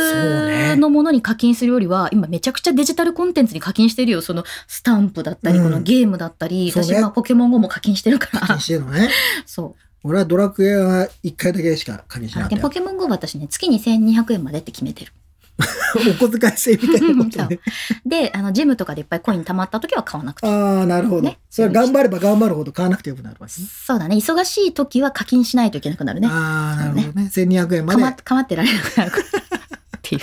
B: ね
A: のものに課金するよりは今めちゃくちゃデジタルコンテンツに課金してるよそのスタンプだったり
B: うん
A: このゲームだったり、
B: そうね
A: 私今ポケモン GO も課金してるか
B: 課
A: ら
B: 金してるのね。
A: そ
B: 俺はドラクエは一回だけしか課金し
A: う
B: な
A: あで
B: かった
A: ポ
B: よ。
A: ケモン GO は私ね月2200円までって決めてる
B: お小遣い制みたいなこ
A: そ
B: と
A: う *laughs*
B: ね。
A: で、あの、ジムとかでいっぱいコイン貯まった時は買わなくて。
B: ああ、なるほど、
A: ね
B: それは頑張れば頑張るほど買わなくてよくなるわけね。
A: そうだね。忙しい時は課金しないといけなくなるね。
B: ああ、なるほどね。1200円ま
A: か
B: で。
A: ま、かまってられなく
B: *laughs*
A: なるから。っていう。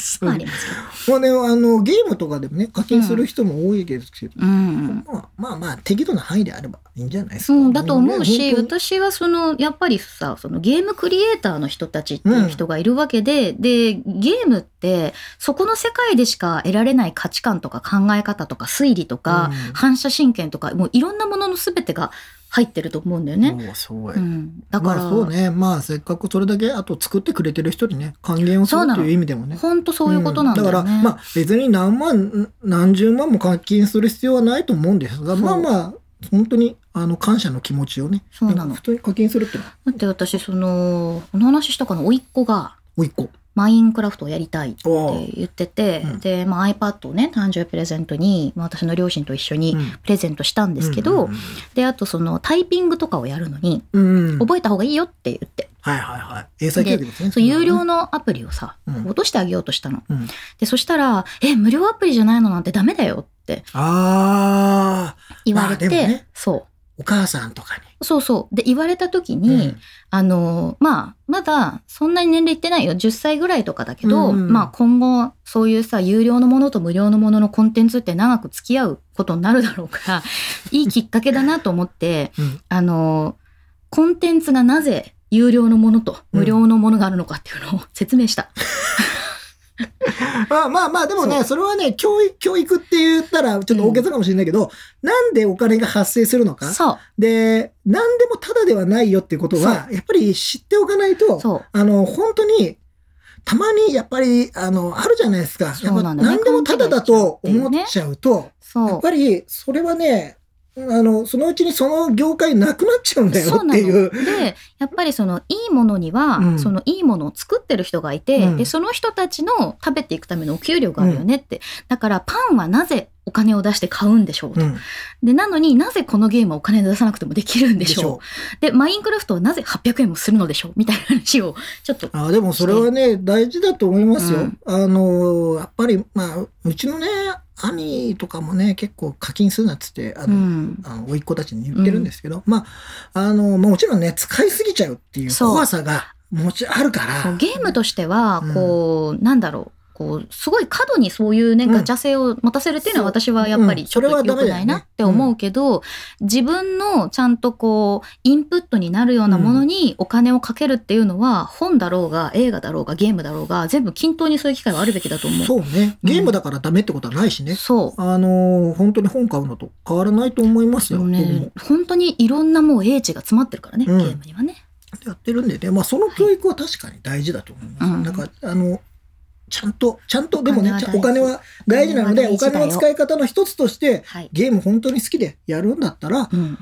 B: そう
A: まあ、ありますけど。
B: まあね、あの、ゲームとかでもね、課金する人も多いですけど、
A: うん。
B: まあまあまあ、適度な範囲であればいいんじゃないですか。
A: そうだと思うし、
B: 本当に
A: 私はそのやっぱりさそのゲームクリエイターの人たちっていう人がいるわけで、でゲームってそこの世界でしか得られない価値観とか考え方とか推理とか、
B: うん
A: 反射神経とかもういろんなものの全てが入ってると思うんだよね。
B: そうそう
A: う
B: や
A: ん、だから、
B: まあ、そうね。まあ、せっかくそれだけ、あと作ってくれてる人にね、還元をするっていう意味でもね。
A: ほんとそういうことなんだよね。
B: うんから、まあ、別に何万、何十万も課金する必要はないと思うんですが、
A: そう
B: まあまあ、本当に、あの、感謝の気持ちをね、
A: そうなの
B: 普通に課金するっていうのは、
A: だって私そのこの話したかな甥っ子が
B: おいっ子。
A: マインクラフトをやりたいって
B: お
A: 言ってて、
B: うん
A: で、まあ、iPad をね誕生日プレゼントに、まあ、私の両親と一緒に
B: うん
A: プレゼントしたんですけど、、であとそのタイピングとかをやるのに
B: うんうん、
A: 覚えた方がいいよって言って、
B: はいはいはい。英才教育ですね。
A: そう有料
B: の。
A: のアプリをさ、
B: うん
A: 落としてあげようとしたの、
B: うん
A: でそしたら「え無料アプリじゃないのなんてダメだよ」って
B: ああ、
A: 言われ
B: まあ
A: て、
B: でもね
A: そ
B: お母さんとか
A: うそうそうで言われた時
B: に。
A: に、あのまあまだそんなに年齢いってないよ10歳ぐらいとかだけど、
B: うんうん
A: まあ今後そういうさ有料のものと無料のもののコンテンツって長く付き合うことになるだろうから
B: *laughs*
A: いいきっかけだなと思って
B: うん
A: あのコンテンツがなぜ有料のものと無料のものがあるのかっていうのを説明した。
B: まあまあまあ、でも
A: そ
B: ね、それはね、教育、教育って言ったらちょっと大げさかもしれないけど、なんでお金が発生するのか。
A: そ
B: で、何でもタダではないよっていうことは、やっぱり知っておかないうと、
A: そう
B: あの、本当に、たまにやっぱり、あの、あるじゃないですか。
A: そうなんだね
B: やっぱ何でもタダだと思っちゃうと、や
A: そ
B: っぱり、それはね、あの、そのうちにその業界なくなっちゃう
A: う。
B: んだよ
A: そう
B: っ
A: な
B: ていう
A: の。でやっぱりそのいいものには、
B: うん
A: そのいいものを作ってる人がいて、
B: うん
A: でその人たちの食べていくためのお給料があるよねって、だからパンはなぜお金を出して買うんでしょうと、
B: うん
A: でなのになぜこのゲームはお金出さなくてもできるんでしょうでマインクラフトはなぜ800円もするのでしょうみたいな話をちょっと
B: あでもそれはね大事だと思いますよ。
A: うん
B: あのやっぱりまあうちのね兄とかもね結構課金するなっつってあ
A: う
B: の、
A: ん
B: あの甥っ子たちに言ってるんですけど、まああのもちろんね使いすぎちゃうっていう
A: そう
B: 怖さがもちろんあるか
A: そう
B: ら。
A: ゲームとしては
B: うん
A: こう、なんだろうこうすごい過度にそういうね、
B: うん
A: ガチャ性を持たせるっていうのは
B: そう
A: 私はやっぱり
B: うん
A: ちょっと
B: それはダ
A: 良
B: メ
A: く
B: だよね
A: ないなって思うけど、自分のちゃんとこうインプットになるようなものにお金をかけるっていうのは、本だろうが映画だろうがゲームだろうが全部均等にそういう機会はあるべきだと思う。
B: そうねゲームだからダメってことはないしね、
A: そう
B: あの本当に本買うのと変わらないと思います
A: で
B: よ。
A: も
B: 僕も
A: ね、本当にいろんなもう英知が詰まってるからね、
B: うん
A: ゲームにはね。
B: やってるんでね、まあ、その教育は確かに大事だと思います。
A: うん
B: なんかあのちゃんとちゃんとでもねお
A: お金
B: 金
A: は
B: は大事なのでお
A: お金は大事だよ
B: 金の使い方の一つとして
A: はい。
B: ゲーム本当に好きでやるんだったら
A: うん。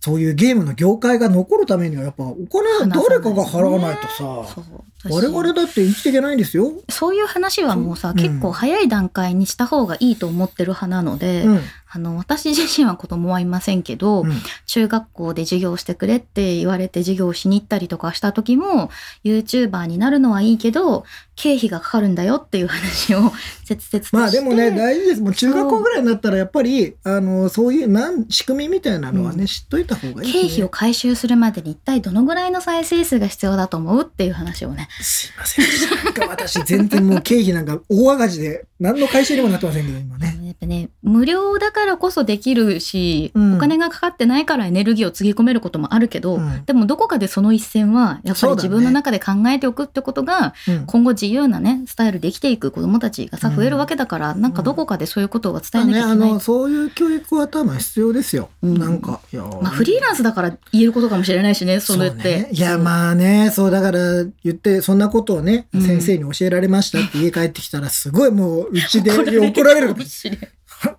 B: そういうゲームの業界が残るためにはやっぱお金は誰かが払わないとさ
A: そう。
B: 我々だって生きていけないんですよ。
A: そういう話はもうさ、
B: うん
A: 結構早い段階にした方がいいと思ってる派なので、
B: うん
A: あの私自身は子供はいませんけど、
B: うん
A: 中学校で授業してくれって言われて授業しに行ったりとかした時も YouTuber になるのはいいけど経費がかかるんだよっていう話
B: *laughs*
A: を切々として
B: まあでもね大事ですもう中学校ぐらいになったらやっぱりあのそういうなん仕組みみたいなのはね、
A: う
B: 知っといた方がいい、ね、
A: 経費を回収するまでに一体どのぐらいの再生数が必要だと思うっていう話をね
B: すいませんでしたなんか私全然もう経費なんか大赤字で何の回収にもなってませんけど今ね。
A: やっぱね無料だからこそできるし、
B: うん
A: お金がかかってないからエネルギーをつぎ込めることもあるけど、
B: うん
A: でもどこかでその一線はやっぱ
B: そう
A: り
B: だ
A: 自
B: ね
A: 分の中で考えておくってことが、
B: うん
A: 今後自由なねスタイルで生きていく子どもたちがさ
B: うん
A: 増えるわけだから、なんかどこかでそういうことは伝えなきゃい
B: ね、
A: けな
B: あ
A: い、
B: のそういう教育は多分必要ですよ。
A: うん
B: なんかいや、
A: まあ、フリーランスだから言えることかもしれないしねそ
B: そうう
A: やって。
B: ね、いやまあねそうだから言ってそんなことをね、
A: うん
B: 先生に教えられましたって家帰ってきたらすごいもうう
A: *laughs*
B: ちで
A: 怒られる
B: 怒られる *laughs*
A: かもしれない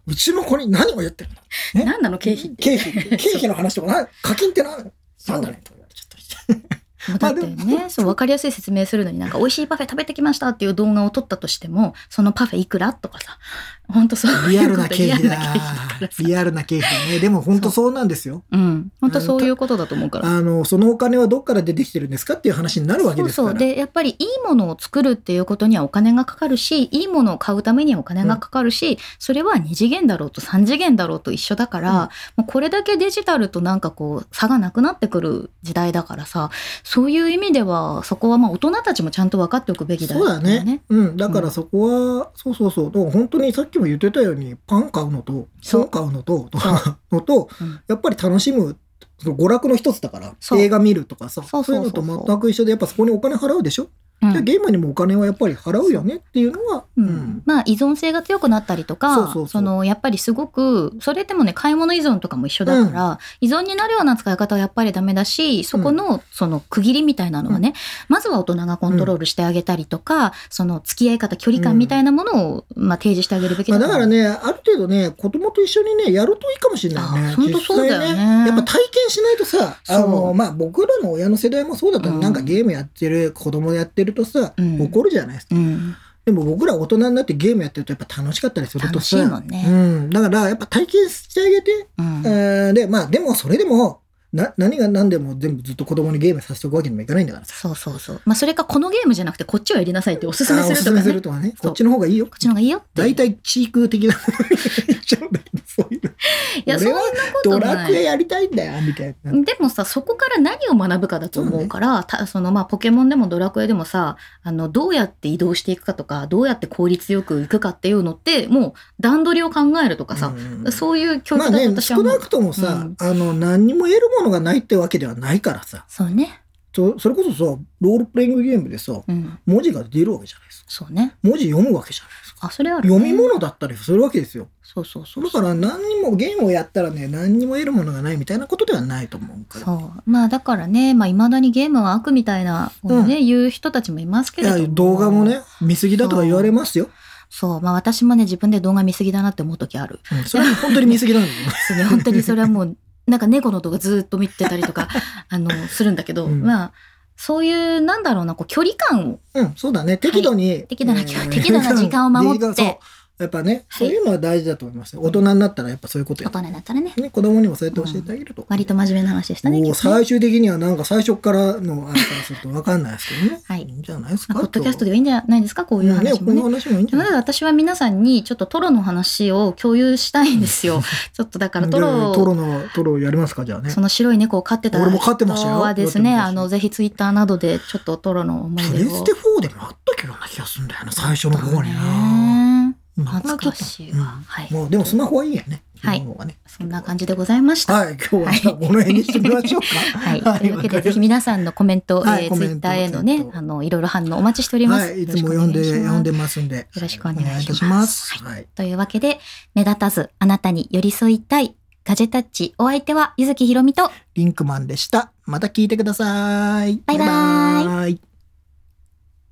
A: う
B: ちの子に何をやってるのね
A: 何なの経費って
B: 経費経費の話とかな課金って何なんだねとか言われちゃっ
A: まあだってね、そう分かりやすい説明するのになんか美味しいパフェ食べてきましたっていう動画を撮ったとしてもそのパフェいくらとかさ本当そう
B: リ
A: い
B: ア
A: う
B: ル
A: こ
B: な
A: と
B: 経費だ
A: リアルな経費だからさ
B: リアルな経費だね。でも本当そうなんですよ。
A: うん本当そういうことだと思うから
B: あの、そのお金はどっから出てきてるんですかっていう話になるわけですから。
A: そうそうでやっぱりいいものを作るっていうことにはお金がかかるしいいものを買うためにはお金がかかるし、それは2次元だろうと3次元だろうと一緒だから、
B: うん
A: もうこれだけデジタルとなんかこう差がなくなってくる時代だからさそういう意味ではそこはまあ大人たちもちゃんと分かっておくべきだ
B: そうだね。うん。だからそこは、そうそうそう。だから本当にさっきも言ってたように、パン買うのと、
A: そう
B: 本買うのと、とかのと
A: うん、
B: やっぱり楽しむ、その娯楽の一つだから、
A: そう
B: 映画見るとか
A: そ
B: さ、
A: う
B: そう
A: そう
B: い
A: そうう
B: の
A: そう
B: と全く一緒で、やっぱそこにお金払うでしょ
A: うん
B: じゃあゲームにもお金はやっぱり払うよねっていうのは、
A: うんまあ依存性が強くなったりとか
B: そうそうそう
A: のやっぱりすごくそれでもね買い物依存とかも一緒だから、依存になるような使い方はやっぱりダメだしそこのその区切りみたいなのはね、まずは大人がコントロールしてあげたりとか、その付き合い方距離感みたいなものを、まあ、提示してあげるべき
B: まあ、
A: だか
B: だ
A: ら,、
B: からね、ある程度ね、子供と一緒にね、やるといいかもしれない
A: あ
B: ね。
A: 本当そうだよね
B: 実際やっぱ体験しないとさ、あ
A: そ
B: の、
A: う
B: まあ、僕らの親の世代もそうだったの、
A: うん
B: なんかゲームやってる、子供やってるとさ、
A: うん
B: 怒るじゃないですか。
A: うん、
B: でも僕ら大人になってゲームやってるとやっぱ楽しかったりすると
A: 楽
B: さ。
A: しいもんね。
B: うん。だから、やっぱ体験してあげて、
A: うん
B: えーで、まあ、でもそれでも、な、何が何でも全部ずっと子供にゲームさせておくわけにもいかないんだからさ。
A: そうそうそう。まあ、それか、このゲームじゃなくて、こっちをやりなさいっておすすめすると
B: あお
A: か
B: すすめす
A: ね。
B: る
A: こと
B: かね。
A: そう
B: こっちの方がいいよ。
A: っちの方がいいよって。
B: 大体、チーク的なものに言っちゃうんだけど、そういうの。
A: いや、そん
B: 俺
A: な
B: は
A: こと
B: ド
A: ない。
B: ラクエやりたいんだよ、みたいな。
A: でもさそこから何を学ぶかだと思うからたそのまあポケモンでもドラクエでもさあのどうやって移動していくかとかどうやって効率よくいくかっていうのってもう段取りを考えるとかさ、
B: うん
A: そういう教
B: まあ
A: 育だと
B: ね、
A: 私は
B: 少
A: 思う、
B: なくともさ、
A: うん
B: あの、何にも得るものがないってわけではないからさ、
A: そうね
B: そそれこそさ、ロールプレイングゲームでさ、
A: うん
B: 文字が出るわけじゃないですか。
A: そうね
B: 文字読むわけじゃないですか。
A: あそれある、ね、
B: 読み物だったりするわけですよ。
A: そうそうそう
B: だから何にもゲームをやったらね、何にも得るものがないみたいなことではないと思うから。
A: そうまあだからねまあ、未だにゲームは悪みたいなことをね、言う人たちもいますけ
B: い
A: れど
B: や動画もね、見過ぎだとか言われますよ。
A: そうまあ私もね自分で動画見すぎだなって思う時ある
B: うんそれは本当に見過ぎなんだよね。
A: そうね本当にそれはもう、なんか猫の動画ずっと見てたり
B: *laughs*
A: とか、あの、するんだけど、
B: うん
A: まあ、そういう、なんだろうな、こう、距離感を、
B: うん、そうだね。適度に。
A: 適度な
B: うん
A: *laughs* 適度な時間を守って
B: そうやっぱね、そういうのは大事だと思いますよ。大人になったらやっぱそういうこと
A: 大
B: や。
A: 人になったらね、
B: ね、子供にもそうやって教えてあげると。
A: 割と真面目な話でしたね、
B: もう
A: 今日ね
B: 最終的にはなんか最初からのあれからするとわかんないですけどね。
A: はい
B: んじゃないです
A: ま
B: か。
A: あポッドキャストで
B: で
A: はいいんじゃないですか、こういう
B: ね、
A: 話も
B: この
A: ね。
B: 話もいいんじゃ
A: な
B: な
A: の
B: い
A: で私は皆さんにちょっとトロの話を共有したいんですよ。ちょっとだからトロ
B: でトロの、トロやりますか、じゃあね
A: そ。の白い猫を飼ってた
B: 俺も飼ってましたよ
A: 人はですね、
B: 飼ってました
A: あの、ぜひツイッターなどでちょっとトロの思い
B: プ
A: 出
B: レ
A: を。
B: ステ4でもあったような気がするんだよな、最初の方にな。
A: ね
B: なくなっち
A: 懐
B: ゃっ
A: か
B: た
A: しいわ。はい。
B: もうでもスマホはいいやね。
A: はい
B: スマホがね
A: そんな感じでございました。
B: はい、今日はじゃあこの辺にしてみましょうか。
A: *laughs* はい。というわけで、ぜひ皆さんのコメント、
B: はい
A: えー
B: コ
A: ツ
B: メ
A: イ
B: ント
A: ッターへのね
B: コメン、ト
A: あの、いろいろ反応お待ちしております。
B: はい、いつも読んで、
A: よろしくお願いします
B: 読んでますんで。よ
A: ろしくお願いします
B: いたします。はい。
A: というわけで、目立たずあなたに寄り添いたい、ガジェタッチ、お相手は、ゆずきひろみと、
B: リンクマンでした。また聞いてください。
A: バイバイ
B: イ。